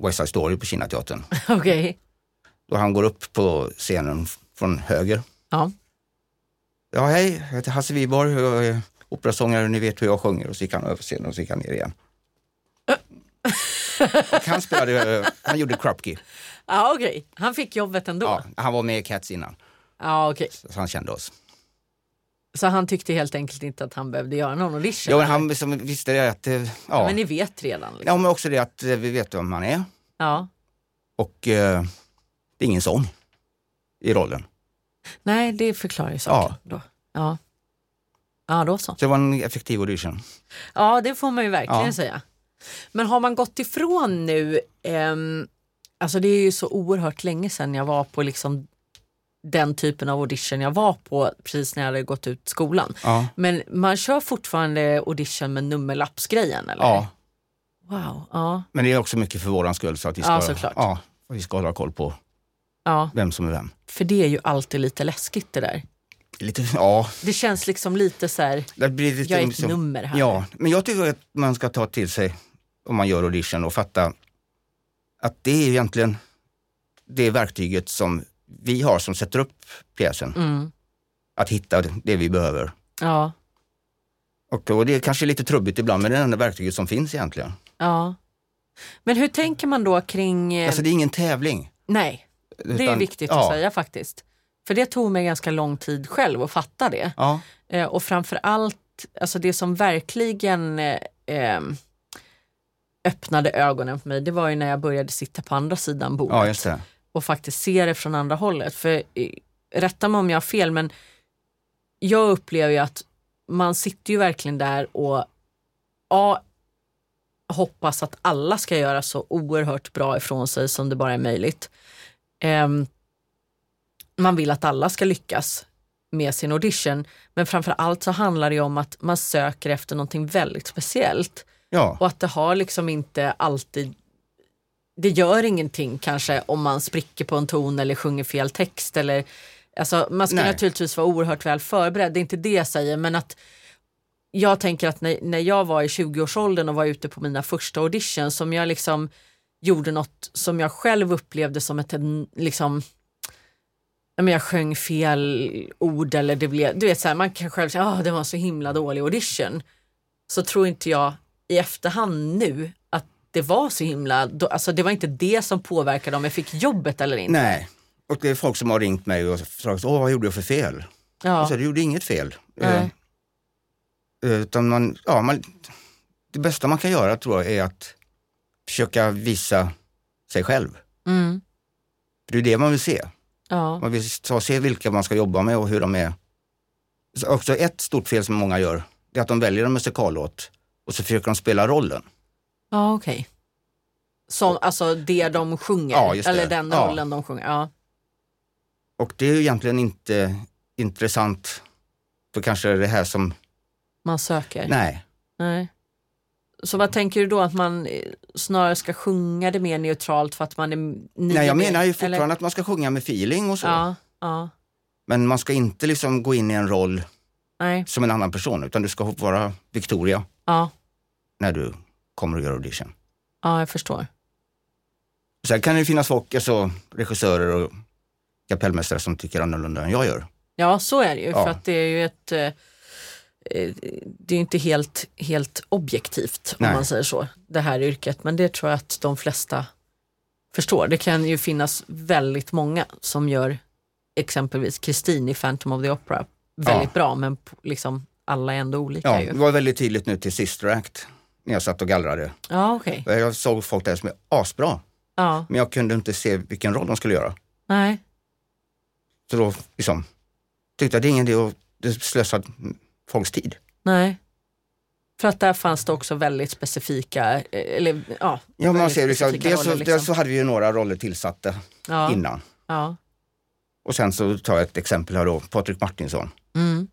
West Side Story på Kinateatern. Okej. Då han går upp på scenen f- från höger. Ja. Ja, hej, jag heter Hasse Wiborg, jag är operasångare, ni vet hur jag sjunger. Och så gick han över scenen och så gick han ner igen. och han spelade, eh, han gjorde Krupke. Ja, okej. Han fick jobbet ändå. Ja, Ja, han var med i Cats innan, okej. så han kände oss. Så han tyckte helt enkelt inte att han behövde göra någon audition. Jo, men han liksom visste det att, eh, ja. Men ni vet redan. Liksom. ja, men också det att eh, vi vet vem han är. Ja. Och eh, det är ingen sång i rollen. Nej, det förklarar ju saken. Ja. Då. Ja. ja, då så. Så det var en effektiv audition. Ja, det får man ju verkligen Ja. säga. Men har man gått ifrån nu, ehm, alltså det är ju så oerhört länge sedan jag var på liksom den typen av audition jag var på precis när jag hade gått ut skolan. Ja. Men man kör fortfarande audition med nummerlappsgrejen eller? ja, Wow, ja, men det är också mycket för våran skull. Så att vi ska, Ja, såklart. Ja, och vi ska hålla koll på ja. vem som är vem. För det är ju alltid lite läskigt det där. Lite, ja, Det känns liksom lite så här, det blir lite, jag är ett liksom- nummer här. Ja, men jag tycker att man ska ta till sig om man gör audition och fatta att det är egentligen det verktyget som vi har som sätter upp pjäsen. Mm. Att hitta det vi behöver. Ja, Och, och det är kanske lite trubbigt ibland, men det är det enda verktyget som finns egentligen. ja. Men hur tänker man då kring... eh, Alltså det är ingen tävling. nej, det är utan- viktigt ja, att säga faktiskt. För det tog mig ganska lång tid själv att fatta det. Ja, Eh, och framför allt, alltså det som verkligen eh, eh, öppnade ögonen för mig, det var ju när jag började sitta på andra sidan bordet. ja just det. och faktiskt se det från andra hållet. För eh, rätta mig om jag har fel men jag upplever ju att man sitter ju verkligen där och ja, hoppas att alla ska göra så oerhört bra ifrån sig som det bara är möjligt. Ehm, man vill att alla ska lyckas med sin audition men framför allt så handlar det ju om att man söker efter någonting väldigt speciellt. Ja. Och att det har liksom inte alltid det gör ingenting kanske om man spricker på en ton eller sjunger fel text. Eller, alltså, man ska Nej. naturligtvis vara oerhört väl förberedd, det är inte det jag säger. Men att jag tänker att när, när jag var i 20-årsåldern och var ute på mina första auditions som jag liksom gjorde något som jag själv upplevde som ett en- liksom ja, men jag sjöng fel ord eller det blev, du vet så här, man kan själv säga att det var en så himla dålig audition. Så tror inte jag i efterhand nu att det var så himla, då, alltså det var inte det som påverkade om jag fick jobbet eller inte. Nej, och det är folk som har ringt mig och frågat, åh vad gjorde jag för fel? Ja. Jag sa, du gjorde inget fel. Eh, Nej. Utan man, ja, man, det bästa man kan göra tror jag är att försöka visa sig själv. Mm. För det är det man vill se. Ja. Man vill ta, se vilka man ska jobba med och hur de är. Så också ett stort fel som många gör, det är att de väljer en musikallåt och så försöker de spela rollen. Ja, okej. Som, alltså det de sjunger, Ja, just det. eller den Ja. rollen de sjunger. Ja. Och det är ju egentligen inte intressant för kanske det här som, Man söker. nej, Nej. Så vad tänker du då att man eh, snarare ska sjunga det mer neutralt för att man är ny? nej jag menar ju eller- fortfarande att man ska sjunga med feeling och så. Ja, ja, Men man ska inte liksom gå in i en roll nej, som en annan person utan du ska vara Victoria ja, när du kommer och gör audition. ja, jag förstår. Sen kan det ju finnas folk, alltså regissörer och kapellmästare som tycker annorlunda än jag gör. Ja, så är det ju Ja. för att det är ju ett eh, eh, det är ju inte helt, helt objektivt om Nej. man säger så, det här yrket. Men det tror jag att de flesta förstår. Det kan ju finnas väldigt många som gör exempelvis Kristin i Phantom of the Opera väldigt bra men p- liksom alla är ändå olika Ja, ju. det var väldigt tydligt nu till Sister Act när jag satt och gallrade. Ja, okej. Jag såg folk där som är asbra, Ja, men jag kunde inte se vilken roll de skulle göra. nej. Så då liksom, tyckte jag det är ingen idé att det slösa folks tid. Nej. För att där fanns det också väldigt specifika, eh, eller ja. Ja, man väldigt ser, liksom, specifika dels, så, roller, dels så hade vi ju några roller tillsatta ja, innan. Ja. Och sen så tar jag ett exempel här då, Patrik Martinsson. Mm.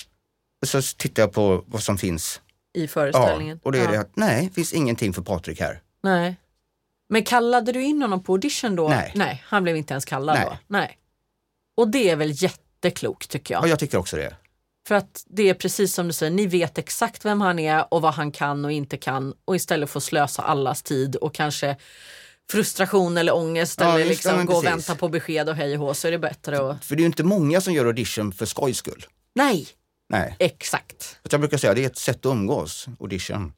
så tittar jag på vad som finns i Ja, föreställningen. och det är ja. det att nej, det finns ingenting för Patrik här. Nej. Men kallade du in honom på audition då? Nej. han blev inte ens kallad Nej. då? Nej. Och det är väl jätteklokt tycker jag. Ja, jag tycker också det. För att det är precis som du säger, ni vet exakt vem han är och vad han kan och inte kan och istället får slösa allas tid och kanske frustration eller ångest Ja, eller just det, liksom men gå och precis. vänta på besked och hej och hå så är det bättre att... För det är ju inte många som gör audition för skojs skull. Nej, Nej. exakt. Att jag brukar säga det är ett sätt att umgås, audition.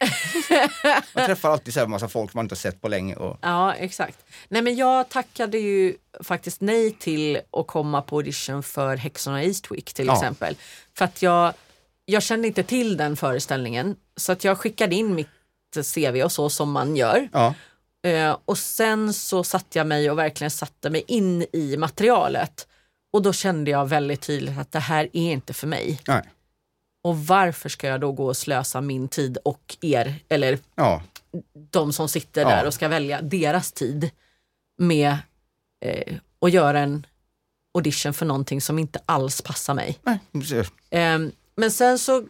Man träffar alltid så här massa folk man inte har sett på länge. Och, Ja, exakt. Nej men jag tackade ju faktiskt nej till att komma på audition för Häxorna i Eastwick till Ja. exempel. För att jag, jag kände inte till den föreställningen så att jag skickade in mitt CV och så som man gör. ja, Eh, och sen så satte jag mig och verkligen satte mig in i materialet. Och då kände jag väldigt tydligt att det här är inte för mig. nej, Och varför ska jag då gå och slösa min tid och er, eller ja, de som sitter Ja. där och ska välja deras tid med eh, att göra en audition för någonting som inte alls passar mig. nej, precis. Ehm, men sen så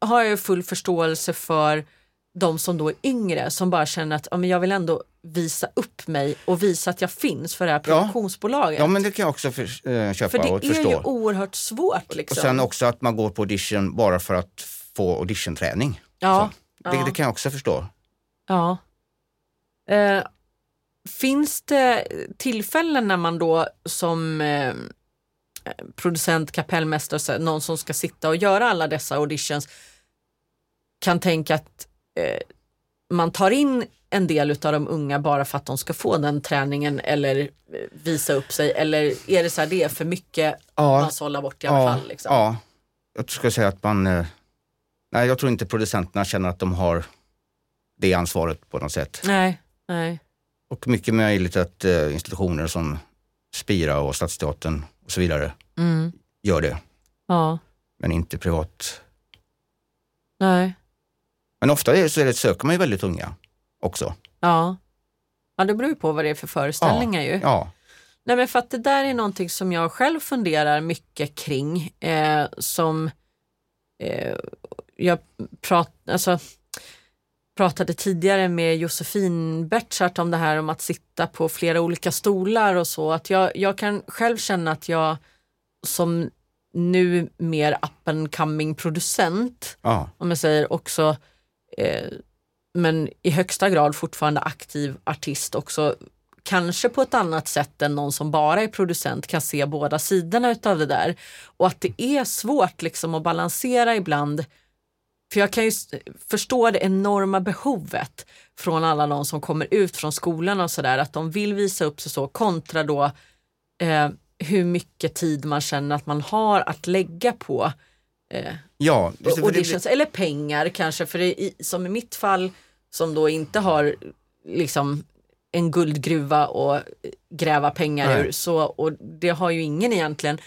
har jag ju full förståelse för de som då är yngre som bara känner att ja, men jag vill ändå visa upp mig och visa att jag finns för det här produktionsbolaget. ja, men det kan jag också för, eh, köpa för det och är förstå. ju oerhört svårt. Liksom. och sen också att man går på audition bara för att få auditionträning. ja, Det, ja, det kan jag också förstå. ja. Eh, finns det tillfällen när man då som eh, producent, kapellmästare, så här, någon som ska sitta och göra alla dessa auditions kan tänka att eh, man tar in en del av de unga bara för att de ska få den träningen eller eh, visa upp sig eller är det så här, det är för mycket Ja, man sållar bort i alla fall? Liksom. ja. Jag skulle säga att man... eh, Nej, jag tror inte producenterna känner att de har det ansvaret på något sätt. Nej, nej. Och mycket möjligt att eh, institutioner som Spira och Stadsteatern och så vidare Mm. gör det. Ja, men inte privat. nej. Men ofta är, så är det, söker man ju väldigt unga också. Ja. ja, det beror ju på vad det är för föreställningar ju. Ja, Nej men för att det där är någonting som jag själv funderar mycket kring. Eh, som eh, jag prat, alltså, pratade tidigare med Josefin Bertschart om det här om att sitta på flera olika stolar och så. Att jag, jag kan själv känna att jag som nu mer up and coming producent ja, om jag säger också, eh, men i högsta grad fortfarande aktiv artist också. Kanske på ett annat sätt än någon som bara är producent kan se båda sidorna utav det där. Och att det är svårt liksom att balansera ibland. För jag kan ju s- förstå det enorma behovet från alla de som kommer ut från skolan och sådär, att de vill visa upp sig så kontra då eh, hur mycket tid man känner att man har att lägga på eh, ja. Just det, för och det det blir- känns, eller pengar kanske, för det, i- som i mitt fall som då inte har liksom en guldgruva och eh, gräva pengar Nej. ur, så, och det har ju ingen egentligen.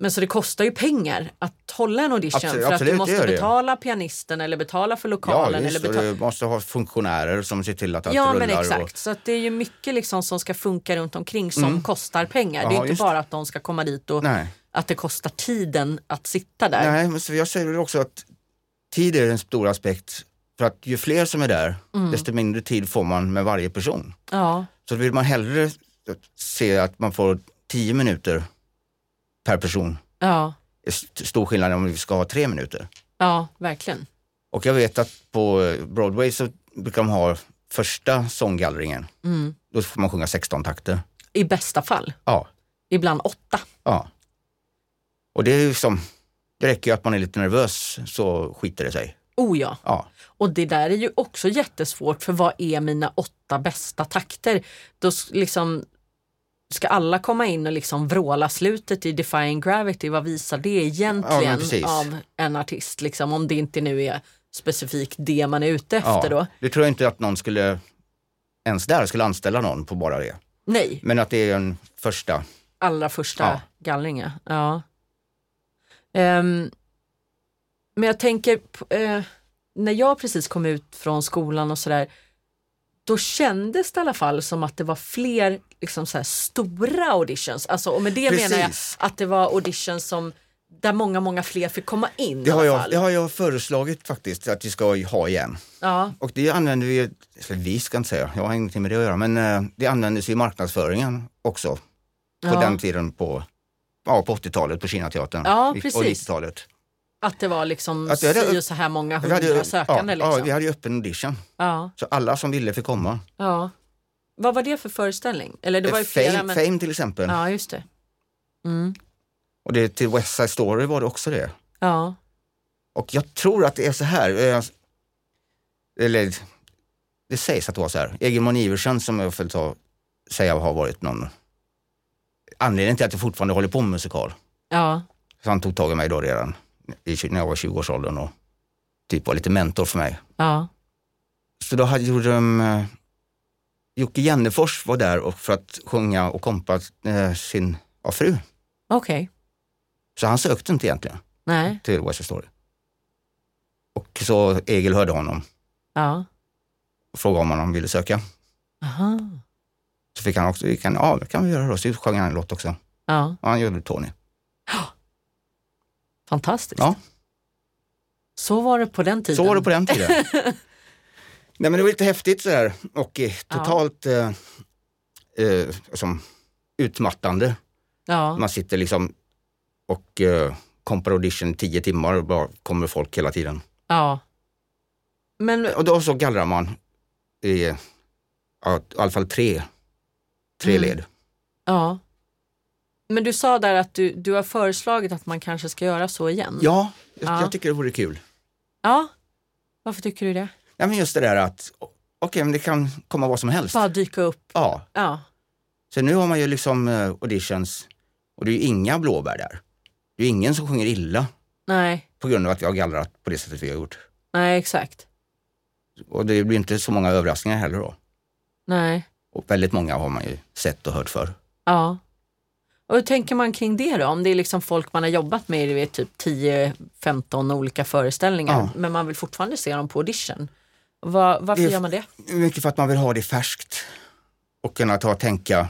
Men så det kostar ju pengar att hålla en audition Absolut, för att absolut, du det måste gör det. betala pianisten eller betala för ja, lokalen. eller just, det, och betala, du måste ha funktionärer som ser till att allt ja rullar. men Och, exakt, så att det är ju mycket liksom som ska funka runt omkring som kostar pengar. det Jaha, är inte just. bara att de ska komma dit och nej, att det kostar tiden att sitta där. nej men så jag säger väl också att tid är en stor aspekt. För att ju fler som är där, desto mindre tid får man med varje person. Ja, Så vill man hellre se att man får tio minuter per person. ja, Det är st- Stor skillnad om vi ska ha tre minuter. ja, verkligen. Och jag vet att på Broadway så brukar de ha första sånggallringen. Mm. Då får man sjunga 16 takter. I bästa fall. Ja, Ibland åtta. ja. Och det är ju som, det räcker ju att man är lite nervös så skiter det sig. Oh ja. Ja, Och det där är ju också jättesvårt för vad är mina åtta bästa takter? Då s- liksom ska alla komma in och liksom vråla slutet i Defying Gravity, vad visar det Ja, egentligen men precis. av en artist? Liksom, om det inte nu är specifikt det man är ute efter då. ja. Det tror jag inte att någon skulle, ens där skulle anställa någon på bara det. Nej, Men att det är en första, allra första Ja. gallringen. Ja. Ehm, men jag tänker, p- eh, när jag precis kom ut från skolan och sådär, då kändes det i alla fall som att det var fler liksom så här, stora auditions. Alltså, och med det menar jag Precis. att det var auditions som där många, många fler fick komma in Det i har, alla jag, fall. det har jag föreslagit faktiskt att vi ska ha igen. Ja, Och det använder vi, eller vi ska inte säga, jag har ingenting med det att göra, men eh, det användes i marknadsföringen också på ja. den tiden på, ja, på 80-talet på Kinateatern Ja, och precis. 90-talet. Att det var liksom Att vi hade- si och så här många Vi hundra hade, ju- sökande. ja, liksom. ja, vi hade ju öppen audition, Ja, så alla som ville fick komma. ja. Vad var det för föreställning? Eller det var ju Eh, fame, flera. Men... fame till exempel, Ja, just det. Mm. och det, till West Side Story var det också det. Ja, Och jag tror att det är så här, eh, eller det sägs att det var så här. Egemon Iversen som jag får ta, säga har varit någon anledning till att jag fortfarande håller på med musikal. ja, Så han tog tag i mig då redan i, tj- när jag var 20-årsåldern och typ var lite mentor för mig. ja, Så då hade, gjorde de, eh, Jocke Jennefors var där och för att sjunga och kompa eh, sin ja, fru. okej. Så han sökte inte egentligen Nej, till West Side Story. Och så Egil hörde honom ja, och frågade om han ville söka. aha, Så fick han också, gick han, ja det kan vi göra då. Så sjöng han en låt också. ja, Och han gjorde Tony. fantastiskt. Ja, Så var det på den tiden. så var det på den tiden. Nej men det var lite häftigt sådär och eh, Ja. totalt eh, eh, som utmattande. Ja, Man sitter liksom och eh, kompar audition tio timmar och bara kommer folk hela tiden. ja. Men Och då så gallrar man i, ja, i alla fall tre, tre Mm. led. Ja. Men du sa där att du, du har föreslagit att man kanske ska göra så igen. Ja, jag, Ja. jag tycker det vore kul. Ja. Varför tycker du det? Ja, men just det där att okej, men det kan komma vad som helst. Bara dyka upp. Ja, Ja. Så nu har man ju liksom eh, auditions och det är ju inga blåbär där. Det är ju ingen som sjunger illa Nej, på grund av att jag har gallrat på det sättet vi har gjort. nej exakt. Och det blir inte så många överraskningar heller då. Nej. Och väldigt många har man ju sett och hört för. Ja. Och hur tänker man kring det då? Om det är liksom folk man har jobbat med i du vet, typ 10-15 olika föreställningar Ja. men man vill fortfarande se dem på audition. Va, varför Det är- gör man det? Mycket för att man vill ha det färskt och kunna ta och tänka,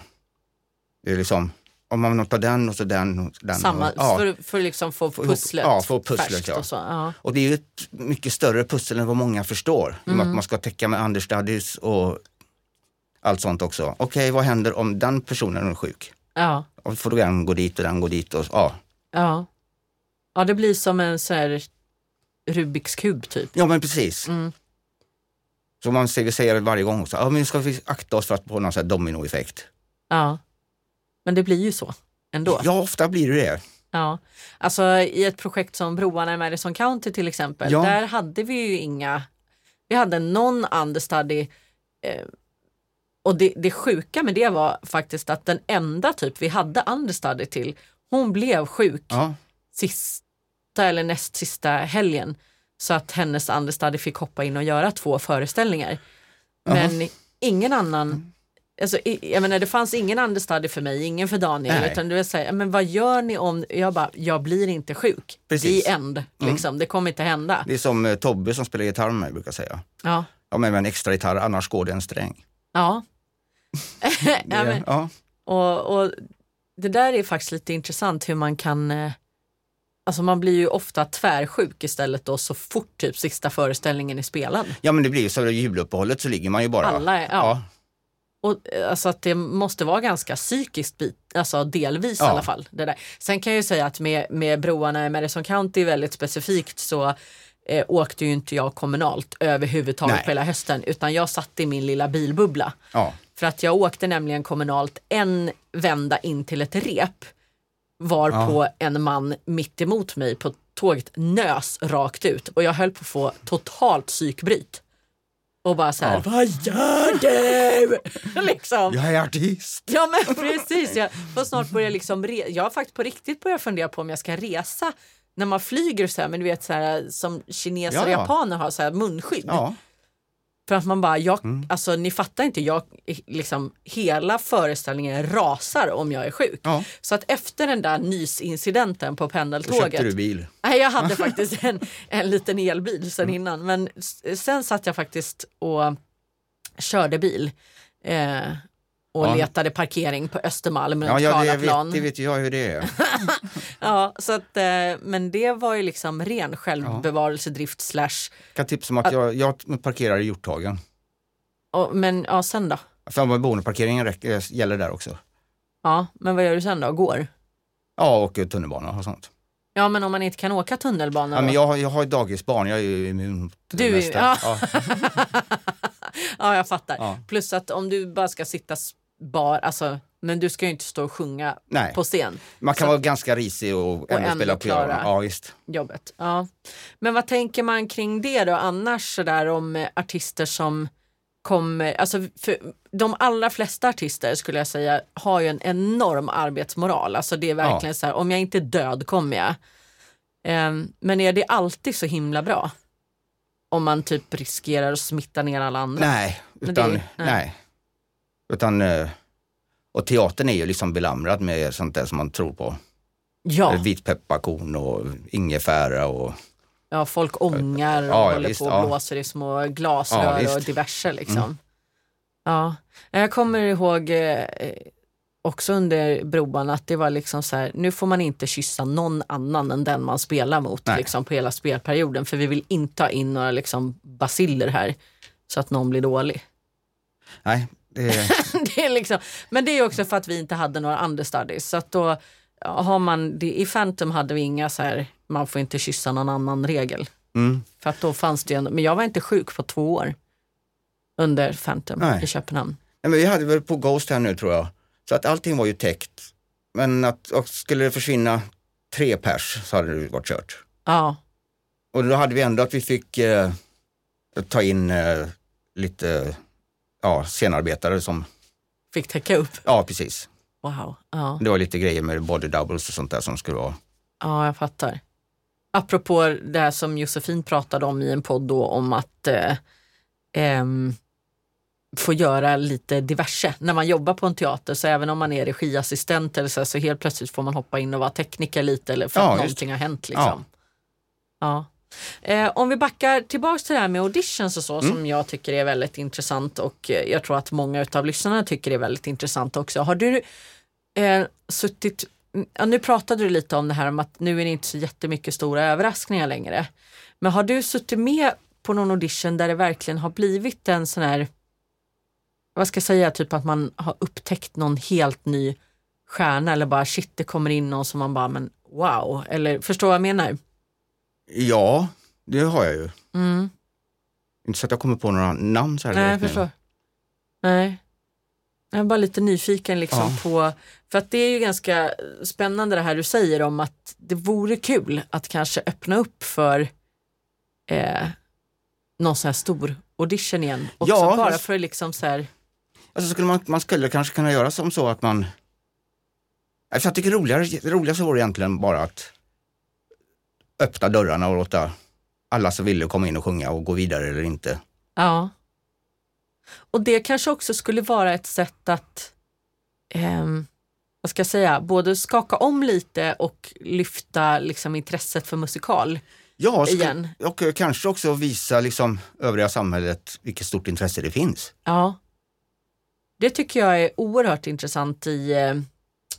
det är liksom, om man tar den och så den och den. Samma, och, ja. för, för liksom få ihop- pusslet ja, få pusslet, färskt ja. och så. Ja. och det är ju ett mycket större pussel än vad många förstår. I och Mm. med att man ska täcka med understudies och allt sånt också. Okej, vad händer om den personen är sjuk? Ja. Och får den gå dit och den gå dit och ja. Ja. Ja, det blir som en så här Rubiks kub typ. Ja men precis. Mm. Så man säger, säger det varje gång också, ja men ska vi akta oss för att få någon sån här dominoeffekt. Ja. Men det blir ju så ändå. Ja ofta blir det det. Ja. Alltså i ett projekt som Broarna i Madison County till exempel, Ja. där hade vi ju inga, vi hade någon understudy eh, och det, det sjuka med det var faktiskt att den enda typ vi hade understudy till, hon blev sjuk Ja. sista eller näst sista helgen så att hennes understudy fick hoppa in och göra två föreställningar. Men ingen Mm. annan, alltså, i, jag menar, det fanns ingen understudy för mig, ingen för Daniel. Nej. Utan du säger, men vad gör ni om, jag bara, jag blir inte sjuk. Precis. Mm. The end, liksom. det kommer inte hända. Det är som eh, Tobbe som spelar gitarr med mig brukar säga. Ja, Ja men med en extra gitarr annars går det en sträng. ja. ja Det, men, ja. Och, och det där är faktiskt lite intressant hur man kan eh, Alltså man blir ju ofta tvärsjuk istället då så fort typ sista föreställningen är spelad. ja men det blir ju så, juluppehållet så ligger man ju bara. Alla är, ja. Och, eh, alltså att det måste vara ganska psykiskt, bit, alltså delvis i Ja. alla fall. Det där. Sen kan jag ju säga att med, med broarna i Madison County väldigt specifikt så eh, åkte ju inte jag kommunalt överhuvudtaget Nej. på hela hösten utan jag satt i min lilla bilbubbla. ja. För att jag åkte nämligen kommunalt en vända in till ett rep var på en man mitt emot mig på tåget nös rakt ut och jag höll på att få totalt psykbryt. Och bara så här, Ja. vad gör du? liksom. Jag är artist. Ja men precis, jag får snart börja liksom re- jag har faktiskt på riktigt börjat fundera på om jag ska resa när man flyger och så här, men du vet så här som kineser och Ja, ja. japaner har så här munskydd. Ja. För att man bara, jag, Mm. alltså ni fattar inte, jag, liksom, hela föreställningen rasar om jag är sjuk. Ja. Så att efter den där nysincidenten på Då köpte du pendeltåget. bil. Nej, jag hade faktiskt en, en liten elbil Mm. sen innan. Men s- sen satt jag faktiskt och körde bil. Eh, och Ja. letade parkering på Östermalm Ja, runt ja det, Karlaplan. vet, det vet ju jag hur det är. Ja, så att, eh, men det var ju liksom ren självbevarelsedrift slash, Jag kan tipsa om att jag, jag parkerar i Hjorthagen. och, men ja sen då? För boendeparkeringen räcker, gäller där också. Ja, men vad gör du sen då? Går? Ja, och eh, tunnelbana och sånt. Ja, men om man inte kan åka tunnelbana Ja, då? men jag, har- jag har ju dagisbarn, jag är ju immun mot det Du är- mesta. ja. Ja. Ja, jag fattar. Ja. Plus att om du bara ska sitta s- bar, alltså, men du ska ju inte stå och sjunga Nej, på scen, man kan vara ganska risig och ändå ändå spela på klara. göran. Ja, visst. jobbet. Ja. Men vad tänker man kring det då annars sådär om eh, artister som kommer, alltså för de allra flesta artister skulle jag säga har ju en enorm arbetsmoral. Alltså det är verkligen så här, om jag inte är död kommer jag. Ehm, men är det alltid så himla bra? Om man typ riskerar att smitta ner alla andra. Nej, det- utan, nej. nej. Utan, eh, och teatern är ju liksom belamrad med sånt där som man tror på. Ja, Vitpepparkorn och ingefära och ja, folk ångar och Ja, ja, håller visst, på och ja. blåser i små Ja, glasrör visst. Mm. och diverse liksom. Ja, jag kommer ihåg eh, också under Broban att det var liksom så här, nu får man inte kyssa någon annan än den man spelar mot Nej. liksom på hela spelperioden för vi vill inte ha in några liksom basiller här så att någon blir dålig. nej, det, det är liksom, men det är ju också för att vi inte hade några understudies. Så att då har man, det, I Phantom hade vi inga så här, man får inte kyssa någon annan regel. mm, För att då fanns det ju ändå, men jag var inte sjuk på två år under Phantom Nej. i Köpenhamn. nej, men vi hade väl på Ghost här nu tror jag. Så att allting var ju täckt. Men att och skulle det försvinna tre pers så hade det ju varit kört. Ja, Och då hade vi ändå att vi fick eh, ta in eh, lite ja, scenarbetare som, fick täcka upp. ja precis. Wow. Ja, Det var lite grejer med body doubles och sånt där som skulle vara. ja jag fattar. Apropå det här som Josefin pratade om i en podd då om att eh, ehm, få göra lite diverse. När man jobbar på en teater så även om man är regiassistent eller så, här, så helt plötsligt får man hoppa in och vara tekniker lite eller för Ja, att just. någonting har hänt. Liksom. Ja. Eh, om vi backar tillbaks till det här med auditions och så som jag tycker är väldigt intressant och eh, jag tror att många utav lyssnarna tycker är väldigt intressant också. Har du eh, suttit, ja, nu pratade du lite om det här om att nu är det inte så jättemycket stora överraskningar längre. Men har du suttit med på någon audition där det verkligen har blivit en sån här vad ska jag säga, typ att man har upptäckt någon helt ny stjärna eller bara shit det kommer in någon som man bara men wow, eller förstår vad jag menar? Ja, det har jag ju. Inte så att jag kommer på några namn så här Mm. Nej, jag direkt nu. förstår. Nej. Jag är bara lite nyfiken liksom Ja. på, för att det är ju ganska spännande det här du säger om att det vore kul att kanske öppna upp för eh, någon sån här stor audition igen. Också Ja, bara fast- för liksom så här, Alltså skulle man, man skulle kanske kunna göra som så att man... Alltså jag tycker roligare, det roligaste vore egentligen bara att öppna dörrarna och låta alla som ville komma in och sjunga och gå vidare eller inte. Ja. Och det kanske också skulle vara ett sätt att, ehm, vad ska jag säga, både skaka om lite och lyfta liksom, intresset för musikal. Ja, skulle- Igen. och eh, kanske också visa liksom övriga samhället vilket stort intresse det finns. Ja. Det tycker jag är oerhört intressant i, eh,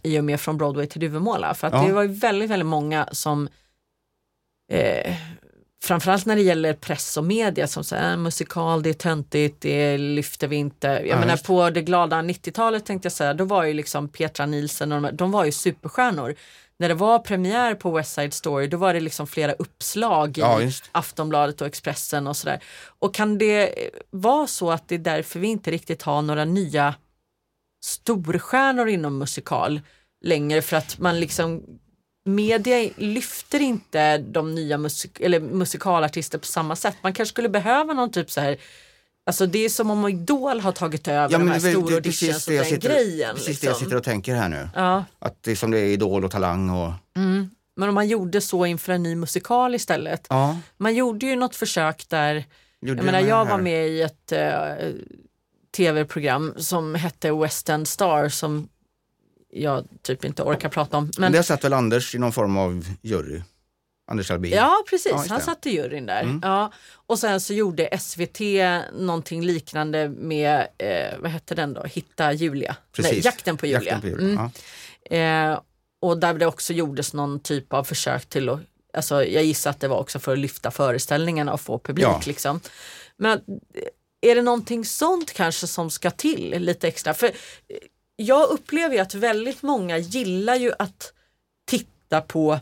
i och med Från Broadway till Duvemåla. För att Ja. det var ju väldigt, väldigt många som, eh, framförallt när det gäller press och media, som säger äh, musikal, det är töntigt, det lyfter vi inte. Jag Ja, menar just. på det glada 90-talet tänkte jag säga, då var ju liksom Petra Nielsen och de, de var ju superstjärnor. När det var premiär på West Side Story, då var det liksom flera uppslag i Ja, just. Aftonbladet och Expressen och sådär. Och kan det eh, vara så att det är därför vi inte riktigt har några nya storstjärnor inom musikal längre för att man liksom media lyfter inte de nya musik- eller musikalartister på samma sätt. Man kanske skulle behöva någon typ så här Alltså det är som om Idol har tagit över de här det är väl- stora det är auditions och den sitter, grejen. precis det liksom. jag sitter och tänker här nu. ja. Att det är som det är Idol och Talang och... Men om man gjorde så inför en ny musikal istället. Ja, Man gjorde ju något försök där gjorde Jag menar, med jag det var här. med i ett eh, tv-program som hette West End Star som jag typ inte orkar prata om. Men Men där satt väl Anders i någon form av jury? Anders Albin. Ja, precis. Ja, just han det. Mm. satt i juryn där. Ja. Och sen så gjorde SVT någonting liknande med, eh, vad hette den då, Hitta Julia? Precis. Nej, Jakten på Julia. Jakten på Julia. Ja. Mm. Eh, och där det också gjordes någon typ av försök till att, alltså jag gissar att det var också för att lyfta föreställningarna och få publik Ja. liksom. Men eh, är det någonting sånt kanske som ska till lite extra? För eh, jag upplever ju att väldigt många gillar ju att titta på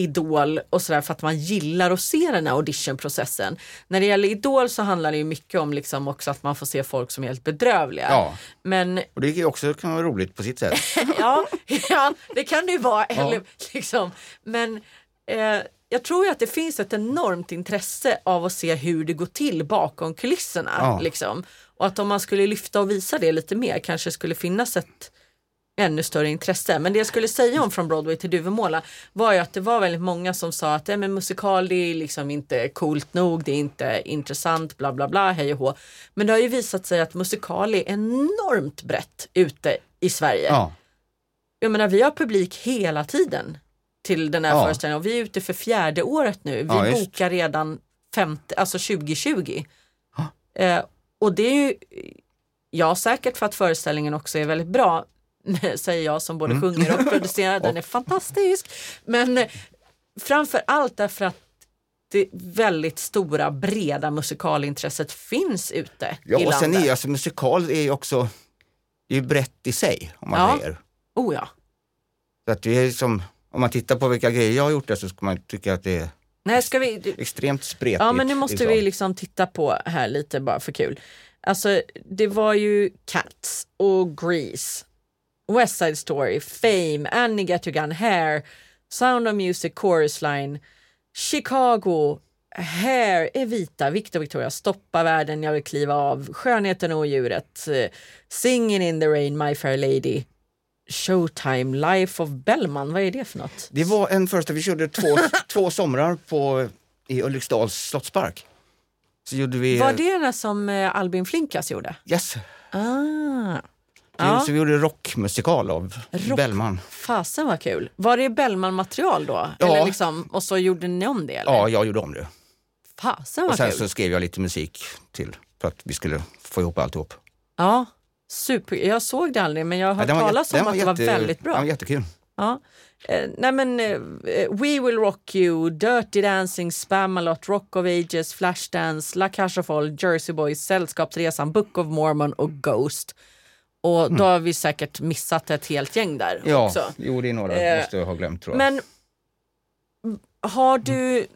Idol och sådär för att man gillar att se den här auditionprocessen. När det gäller Idol så handlar det ju mycket om liksom också att man får se folk som är helt bedrövliga. ja, Men och det kan ju också kan vara roligt på sitt sätt. ja, ja, det kan det ju vara. Eller, liksom. Men eh, jag tror ju att det finns ett enormt intresse av att se hur det går till bakom kulisserna. Ja. Liksom. Och att om man skulle lyfta och visa det lite mer kanske skulle finnas ett ännu större intresse. Men det jag skulle säga om Från Broadway till Duvemåla var ju att det var väldigt många som sa att "Nej, men musikal det är liksom inte coolt nog, det är inte intressant, bla bla bla, hej och hå. Men det har ju visat sig att musikal är enormt brett ute i Sverige Ja, jag menar vi har publik hela tiden till den här Ja. föreställningen och vi är ute för fjärde året nu. Vi Ja, just. bokar redan 50, alltså 2020. Eh, och det är ju, ja säkert för att föreställningen också är väldigt bra, säger jag som både Mm. sjunger och producerar, den är fantastisk. Men eh, framför allt därför att det väldigt stora breda musikalintresset finns ute i ja och sen landet. är ju, alltså musikal är ju också, det är ju brett i sig om man Ja. säger. Oh ja. Så att det är som, om man tittar på vilka grejer jag har gjort där så ska man tycka att det är Nej, ska vi, extremt spretigt. Ja men nu måste liksom. vi liksom titta på här lite bara för kul. Alltså det var ju Cats och Grease, West Side Story, Fame, Annie Get Your Gun, Hair, Sound of Music, Chorus Line, Chicago, Hair, Evita, Victor Victoria, Stoppa världen, Jag vill kliva av, Skönheten och odjuret, eh, Singing in the rain, My Fair Lady, Showtime, Life of Bellman, vad är det för något? Det var en föreställning, vi körde två, två somrar på, i Ulriksdals slottspark. Så gjorde vi... Var det den här som eh, Albin Flinkas gjorde? Yes. Så Ah. gjorde- Så vi gjorde rockmusikal av Bellman. Fasen vad kul. Var det Bellman-material då? Ja. Eller liksom, och så gjorde ni om det? Eller? Ja, jag gjorde om det. Fasen Och vad sen kul. så skrev jag lite musik till för att vi skulle få ihop alltihop. Ja, super. Jag såg det aldrig men jag har hört den var talas jätte- om att den det var jätte- väldigt bra. Den var jättekul. Ja. Eh, nej men eh, We Will Rock You, Dirty Dancing, Spamalot, Rock of Ages, Flashdance, La Cache of All, Jersey Boys, Sällskapsresan, Book of Mormon och Ghost. Och då har vi säkert missat ett helt gäng där Mm. Ja, också. jo det är några Eh, jag måste jag ha glömt tror jag. Men har du,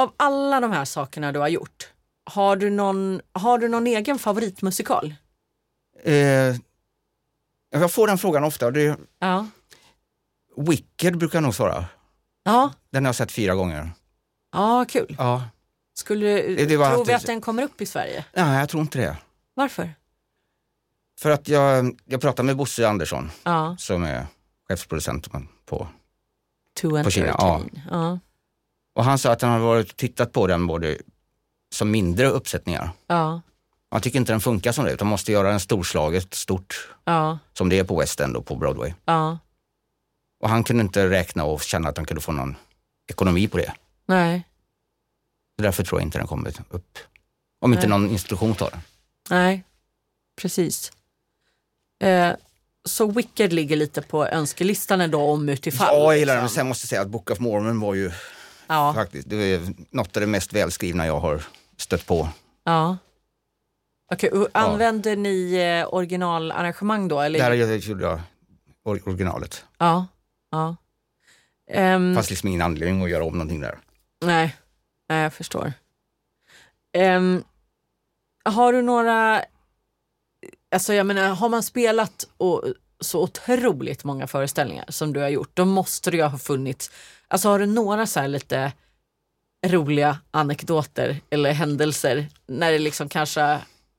av alla de här sakerna du har gjort, har du någon, har du någon egen favoritmusikal? Eh, jag får den frågan ofta. och Det är, Ja. Wicked brukar jag nog svara. Ja, Den har jag sett fyra gånger. ja kul. Ja. Skulle, du- det var tror vi alltid- att den kommer upp i Sverige? Nej, jag tror inte det. Varför? För att jag, jag pratade med Bosse Andersson Ja, som är chefsproducent på To På Kina, Entertain. Ja. Och han sa att han hade varit och tittat på den både som mindre uppsättningar. Ja. Han tycker inte den funkar som det, utan man måste göra den storslaget, stort, Ja. som det är på West End och på Broadway. Ja. Och han kunde inte räkna och känna att han kunde få någon ekonomi på det. Nej. Så därför tror jag inte den kommer upp. Om inte Nej. någon institution tar den. Nej. Precis. Eh, så Wicked ligger lite på önskelistan ändå om utifall. Ja, jag gillar den. Och liksom. Sen måste jag säga att Book of Mormon var ju Ja. faktiskt det är något av det mest välskrivna jag har stött på. Ja. Okej, och använder ni eh, originalarrangemang då? Eller? Där gjorde jag or- originalet. Ja. ja. Ehm, Fanns liksom ingen anledning att göra om någonting där. nej. nej, jag förstår. Ehm, har du några, alltså jag menar, har man spelat och, så otroligt många föreställningar som du har gjort, då måste du ju ha funnits, alltså har du några så här lite roliga anekdoter eller händelser när det liksom kanske,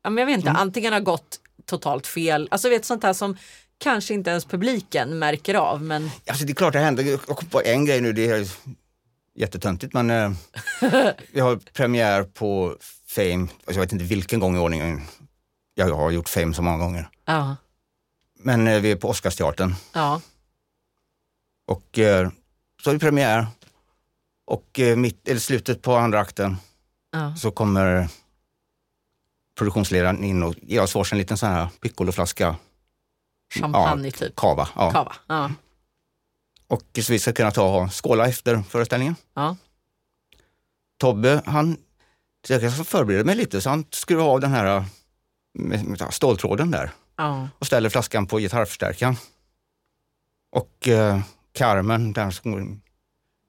ja men jag vet inte, antingen har gått totalt fel, alltså vet sånt här som kanske inte ens publiken märker av men Alltså det är klart det händer. Jag kom på en grej nu, det är jättetöntigt men eh, vi har premiär på Fame, alltså jag vet inte vilken gång i ordningen jag har gjort Fame så många gånger. ja, Men eh, vi är på Oscarsteatern ja, och eh, så är det premiär Och eh, mitt, eller slutet på andra akten Ja. så kommer produktionsledaren in och ger oss varsin liten sån här piccoloflaska Champagne typ. cava. Ja. Cava. Ja. Och så vi ska kunna ta och ha- skåla efter föreställningen. Ja. Tobbe, han så jag kanske förbereder mig lite så han skruvar av den här eh, med, med ståltråden där Ja. och ställer flaskan på gitarrförstärkaren. Och eh, Carmen, där som går in.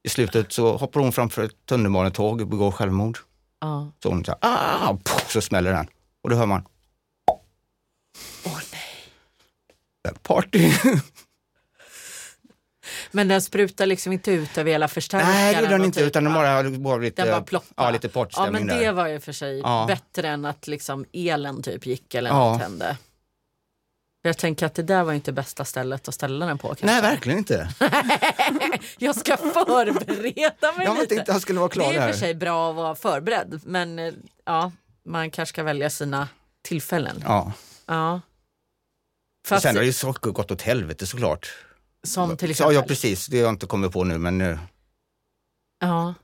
i slutet så hoppar hon framför ett tunnelbanetåg och begår självmord. ja. Så hon så, här, ah, poff, så smäller den och då hör man Åh, nej. party. Men den sprutar liksom inte ut över hela förstärkaren? Nej, det gjorde den och inte typ utan den bara, bara lite, Den bara ploppar. ja, lite Ja men partystämning det där. var ju för sig Ja. bättre än att liksom elen typ gick eller Ja. något hände. Jag tänker att det där var ju inte bästa stället att ställa den på. Kanske. Nej, verkligen inte. Jag ska förbereda mig Jag lite. tänkte att han skulle vara det är klar i och för där. sig bra att vara förberedd men eh, ja, man kanske ska välja sina tillfällen. Ja. Ja. Och Fast sen har ju saker gått åt helvete såklart. som till Ja, exempel. ja, precis. Det har jag inte kommit på nu, men eh, Ja.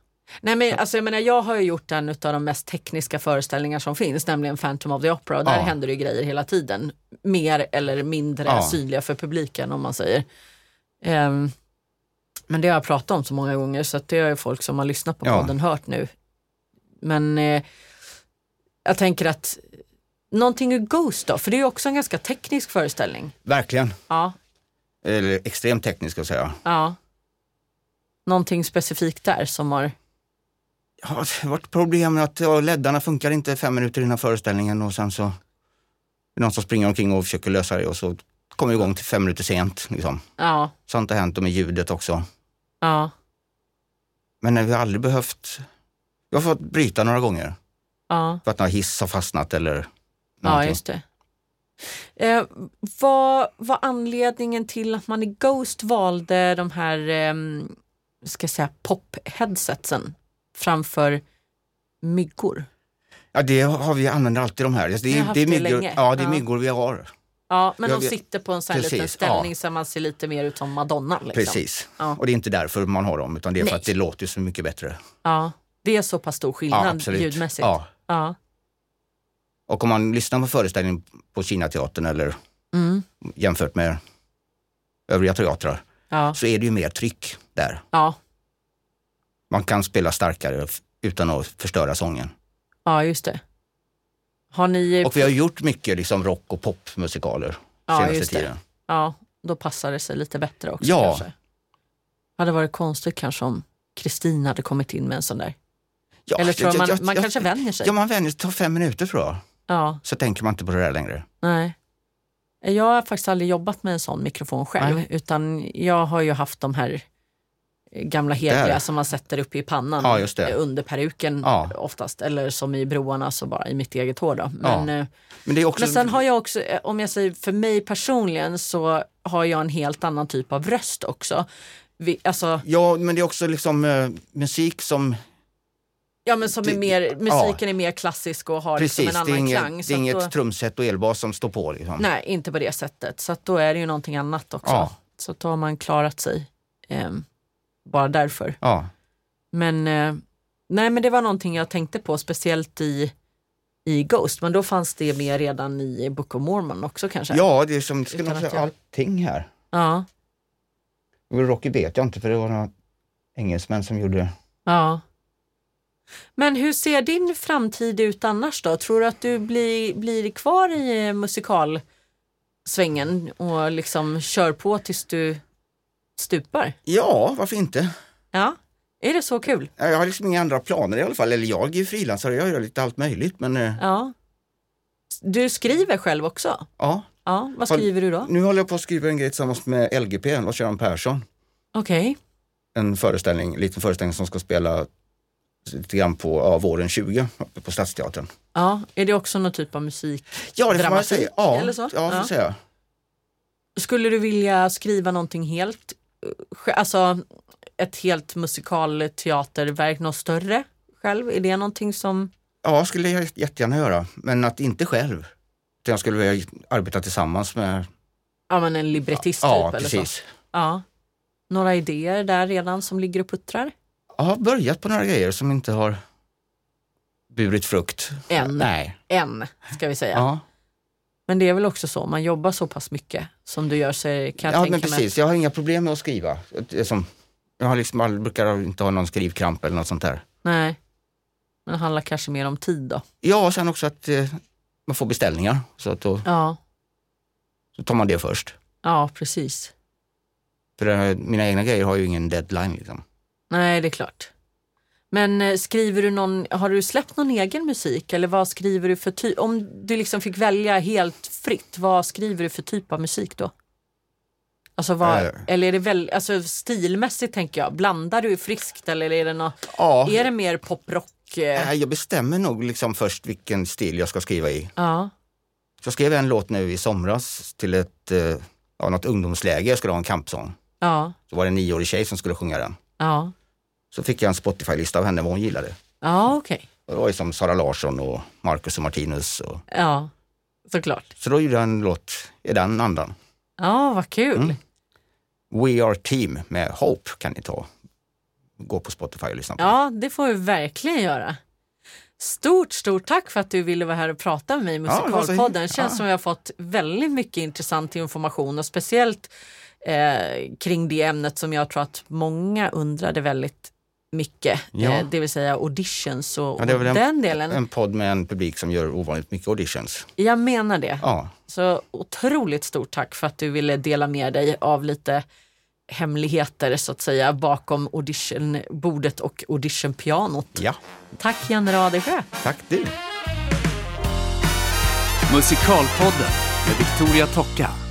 Nej, men, alltså, jag, menar, jag har ju gjort en av de mest tekniska föreställningar som finns, nämligen Phantom of the Opera. Och där Ja. händer det ju grejer hela tiden. Mer eller mindre Ja. synliga för publiken om man säger. Ehm, men det har jag pratat om så många gånger så att det har ju folk som har lyssnat på Ja. podden hört nu. Men eh, jag tänker att någonting är Ghost då, för det är ju också en ganska teknisk föreställning. verkligen. Ja, Eller extremt tekniskt ska jag säga. ja. Någonting specifikt där som har... Ja, det har varit problem med att ja, leddarna funkar inte fem minuter innan föreställningen och sen så är det någon som springer omkring och försöker lösa det och så kommer vi igång till fem minuter sent. Liksom. Ja, Sånt har hänt och med ljudet också. ja, Men eh, vi har aldrig behövt... Vi har fått bryta några gånger ja. för att några hiss har fastnat eller Ja, någonting. just det. Eh, vad var anledningen till att man i Ghost valde de här eh, ska jag säga, pop-headsetsen framför myggor? Ja, det har vi använder alltid de här. Det är, Ni har haft det är, det myggor, länge. ja, det är Ja. Liksom. myggor vi har. Ja, men Jag de vet- sitter på en sån här liten Precis, ja. ställning så man ser lite mer ut som Madonna. Liksom. Precis. Ja. Och det är inte därför man har dem, utan det är Nej. för att det låter ju så mycket bättre. Ja, det är så pass stor Ja, skillnad absolut. ljudmässigt. Ja. Ja. Och om man lyssnar på föreställningen på Kinateatern eller Mm. jämfört med övriga teatrar Ja. så är det ju mer tryck där. Ja. Man kan spela starkare f- utan att förstöra sången. ja, just det. Har ni... Och vi har gjort mycket liksom rock och popmusikaler Ja, senaste just det. tiden. Ja, då passar det sig lite bättre också Ja. kanske. Hade varit konstigt kanske om Kristin hade kommit in med en sån där. Ja, Eller tror jag- man, jag- man jag- kanske vänjer sig. Ja, man vänjer sig. Det tar fem minuter tror jag. ja, Så tänker man inte på det där längre. nej. Jag har faktiskt aldrig jobbat med en sån mikrofon själv Nej. utan jag har ju haft de här gamla heliga Där. som man sätter upp i pannan Ja, just det. under peruken Ja. oftast. Eller som i broarna, så bara i mitt eget hår då. Men, Ja. eh, Men det är också... Men sen har jag också, eh, om jag säger för mig personligen så har jag en helt annan typ av röst också. Vi, alltså, Ja, men det är också liksom eh, musik som... ja men som är Det- mer, ja. musiken är mer klassisk och har Precis, liksom en det är annan inget, klang. det är att inget då, trumset och elbas som står på. Liksom. nej, inte på det sättet. Så att då är det ju någonting annat också. Ja. Så att då har man klarat sig ehm, bara därför. Ja. Men, eh, nej, men det var någonting jag tänkte på, speciellt i, i Ghost. Men då fanns det med redan i Book of Mormon också kanske. ja, det är som... Ska Utan nog att säga jag- allting här. Ja. Och Rocky vet jag inte för det var några engelsmän som gjorde... Ja. Men hur ser din framtid ut annars då? Tror du att du blir, blir kvar i eh, musikalsvängen och liksom kör på tills du stupar? Ja, varför inte? Ja, är det så kul? Jag har liksom inga andra planer i alla fall. Eller jag är ju frilansare, jag gör lite allt möjligt. Men eh, Ja. Du skriver själv också? ja, Ja, vad Har- skriver du då? nu håller jag på att skriva en grej tillsammans med LGP, Lars-Göran Persson. Okej, En föreställning, en liten föreställning som ska spela lite grann på ja, våren 20 uppe på Stadsteatern. ja, är det också någon typ av musik? Ja, det får man Dramatik säga. Ja, eller så? Ja, får Ja. Säga. Skulle du vilja skriva någonting helt, eh, sj- alltså ett helt musikalteaterverk, något större själv? Är det någonting som ja, skulle jag jättegärna göra. Men att inte själv. Utan Jag skulle vilja arbeta tillsammans med... Ja men en librettist Ja, typ eller så. precis. Ja. Några idéer där redan som ligger och puttrar? Jag har börjat på några grejer som inte har burit frukt. Än. Nej. Än, ska vi säga. Ja, Men det är väl också så, om man jobbar så pass mycket som du gör så kan jag ja tänka men mig. precis. Jag har inga problem med att skriva. Det är Som, jag har liksom, aldrig- brukar inte ha någon skrivkramp eller något sånt där. Nej. Men det handlar kanske mer om tid då. Ja, och sen också att eh, man får beställningar. Så, att då, Ja, så tar man det först. ja precis. För eh, mina egna grejer har ju ingen deadline liksom. Nej, det är klart. Men eh, skriver du någon, har du släppt någon egen musik eller vad skriver du för typ? Om du liksom fick välja helt fritt, vad skriver du för typ av musik då? Alltså vad, Eh. eller är det väl, alltså stilmässigt tänker jag, blandar du friskt eller är det något, Ja, är det mer poprock? eh? Nej, jag bestämmer nog liksom först vilken stil jag ska skriva i. Ja, Så jag skrev en låt nu i somras till ett, eh, ja, något ungdomsläge, jag skulle ha en kampsång. ja, Så var det en nioårig tjej som skulle sjunga den. ja, Så fick jag en Spotify-lista av henne vad hon gillade. ja okej, Och det var ju som Sara Larsson och Marcus och Martinus. Och... ja, såklart. Så då gjorde jag en låt i den andan. Ja, vad kul. Mm. We Are Team med Hope kan ni ta. Gå på Spotify och lyssna på. Ja, det får vi verkligen göra. Stort, stort tack för att du ville vara här och prata med mig i det var så Musikalpodden. himla- känns alltså, ja. som jag har fått väldigt mycket intressant information och speciellt eh, kring det ämnet som jag tror att många undrade väldigt mycket. Ja. Eh, det vill säga auditions och, Ja, det är väl och en- den delen. En podd med en publik som gör ovanligt mycket auditions. Jag menar det. Ja, Så otroligt stort tack för att du ville dela med dig av lite hemligheter så att säga bakom auditionbordet och auditionpianot. ja. Tack Janne Radesjö. tack du. Musikalpodden med Victoria Tocka.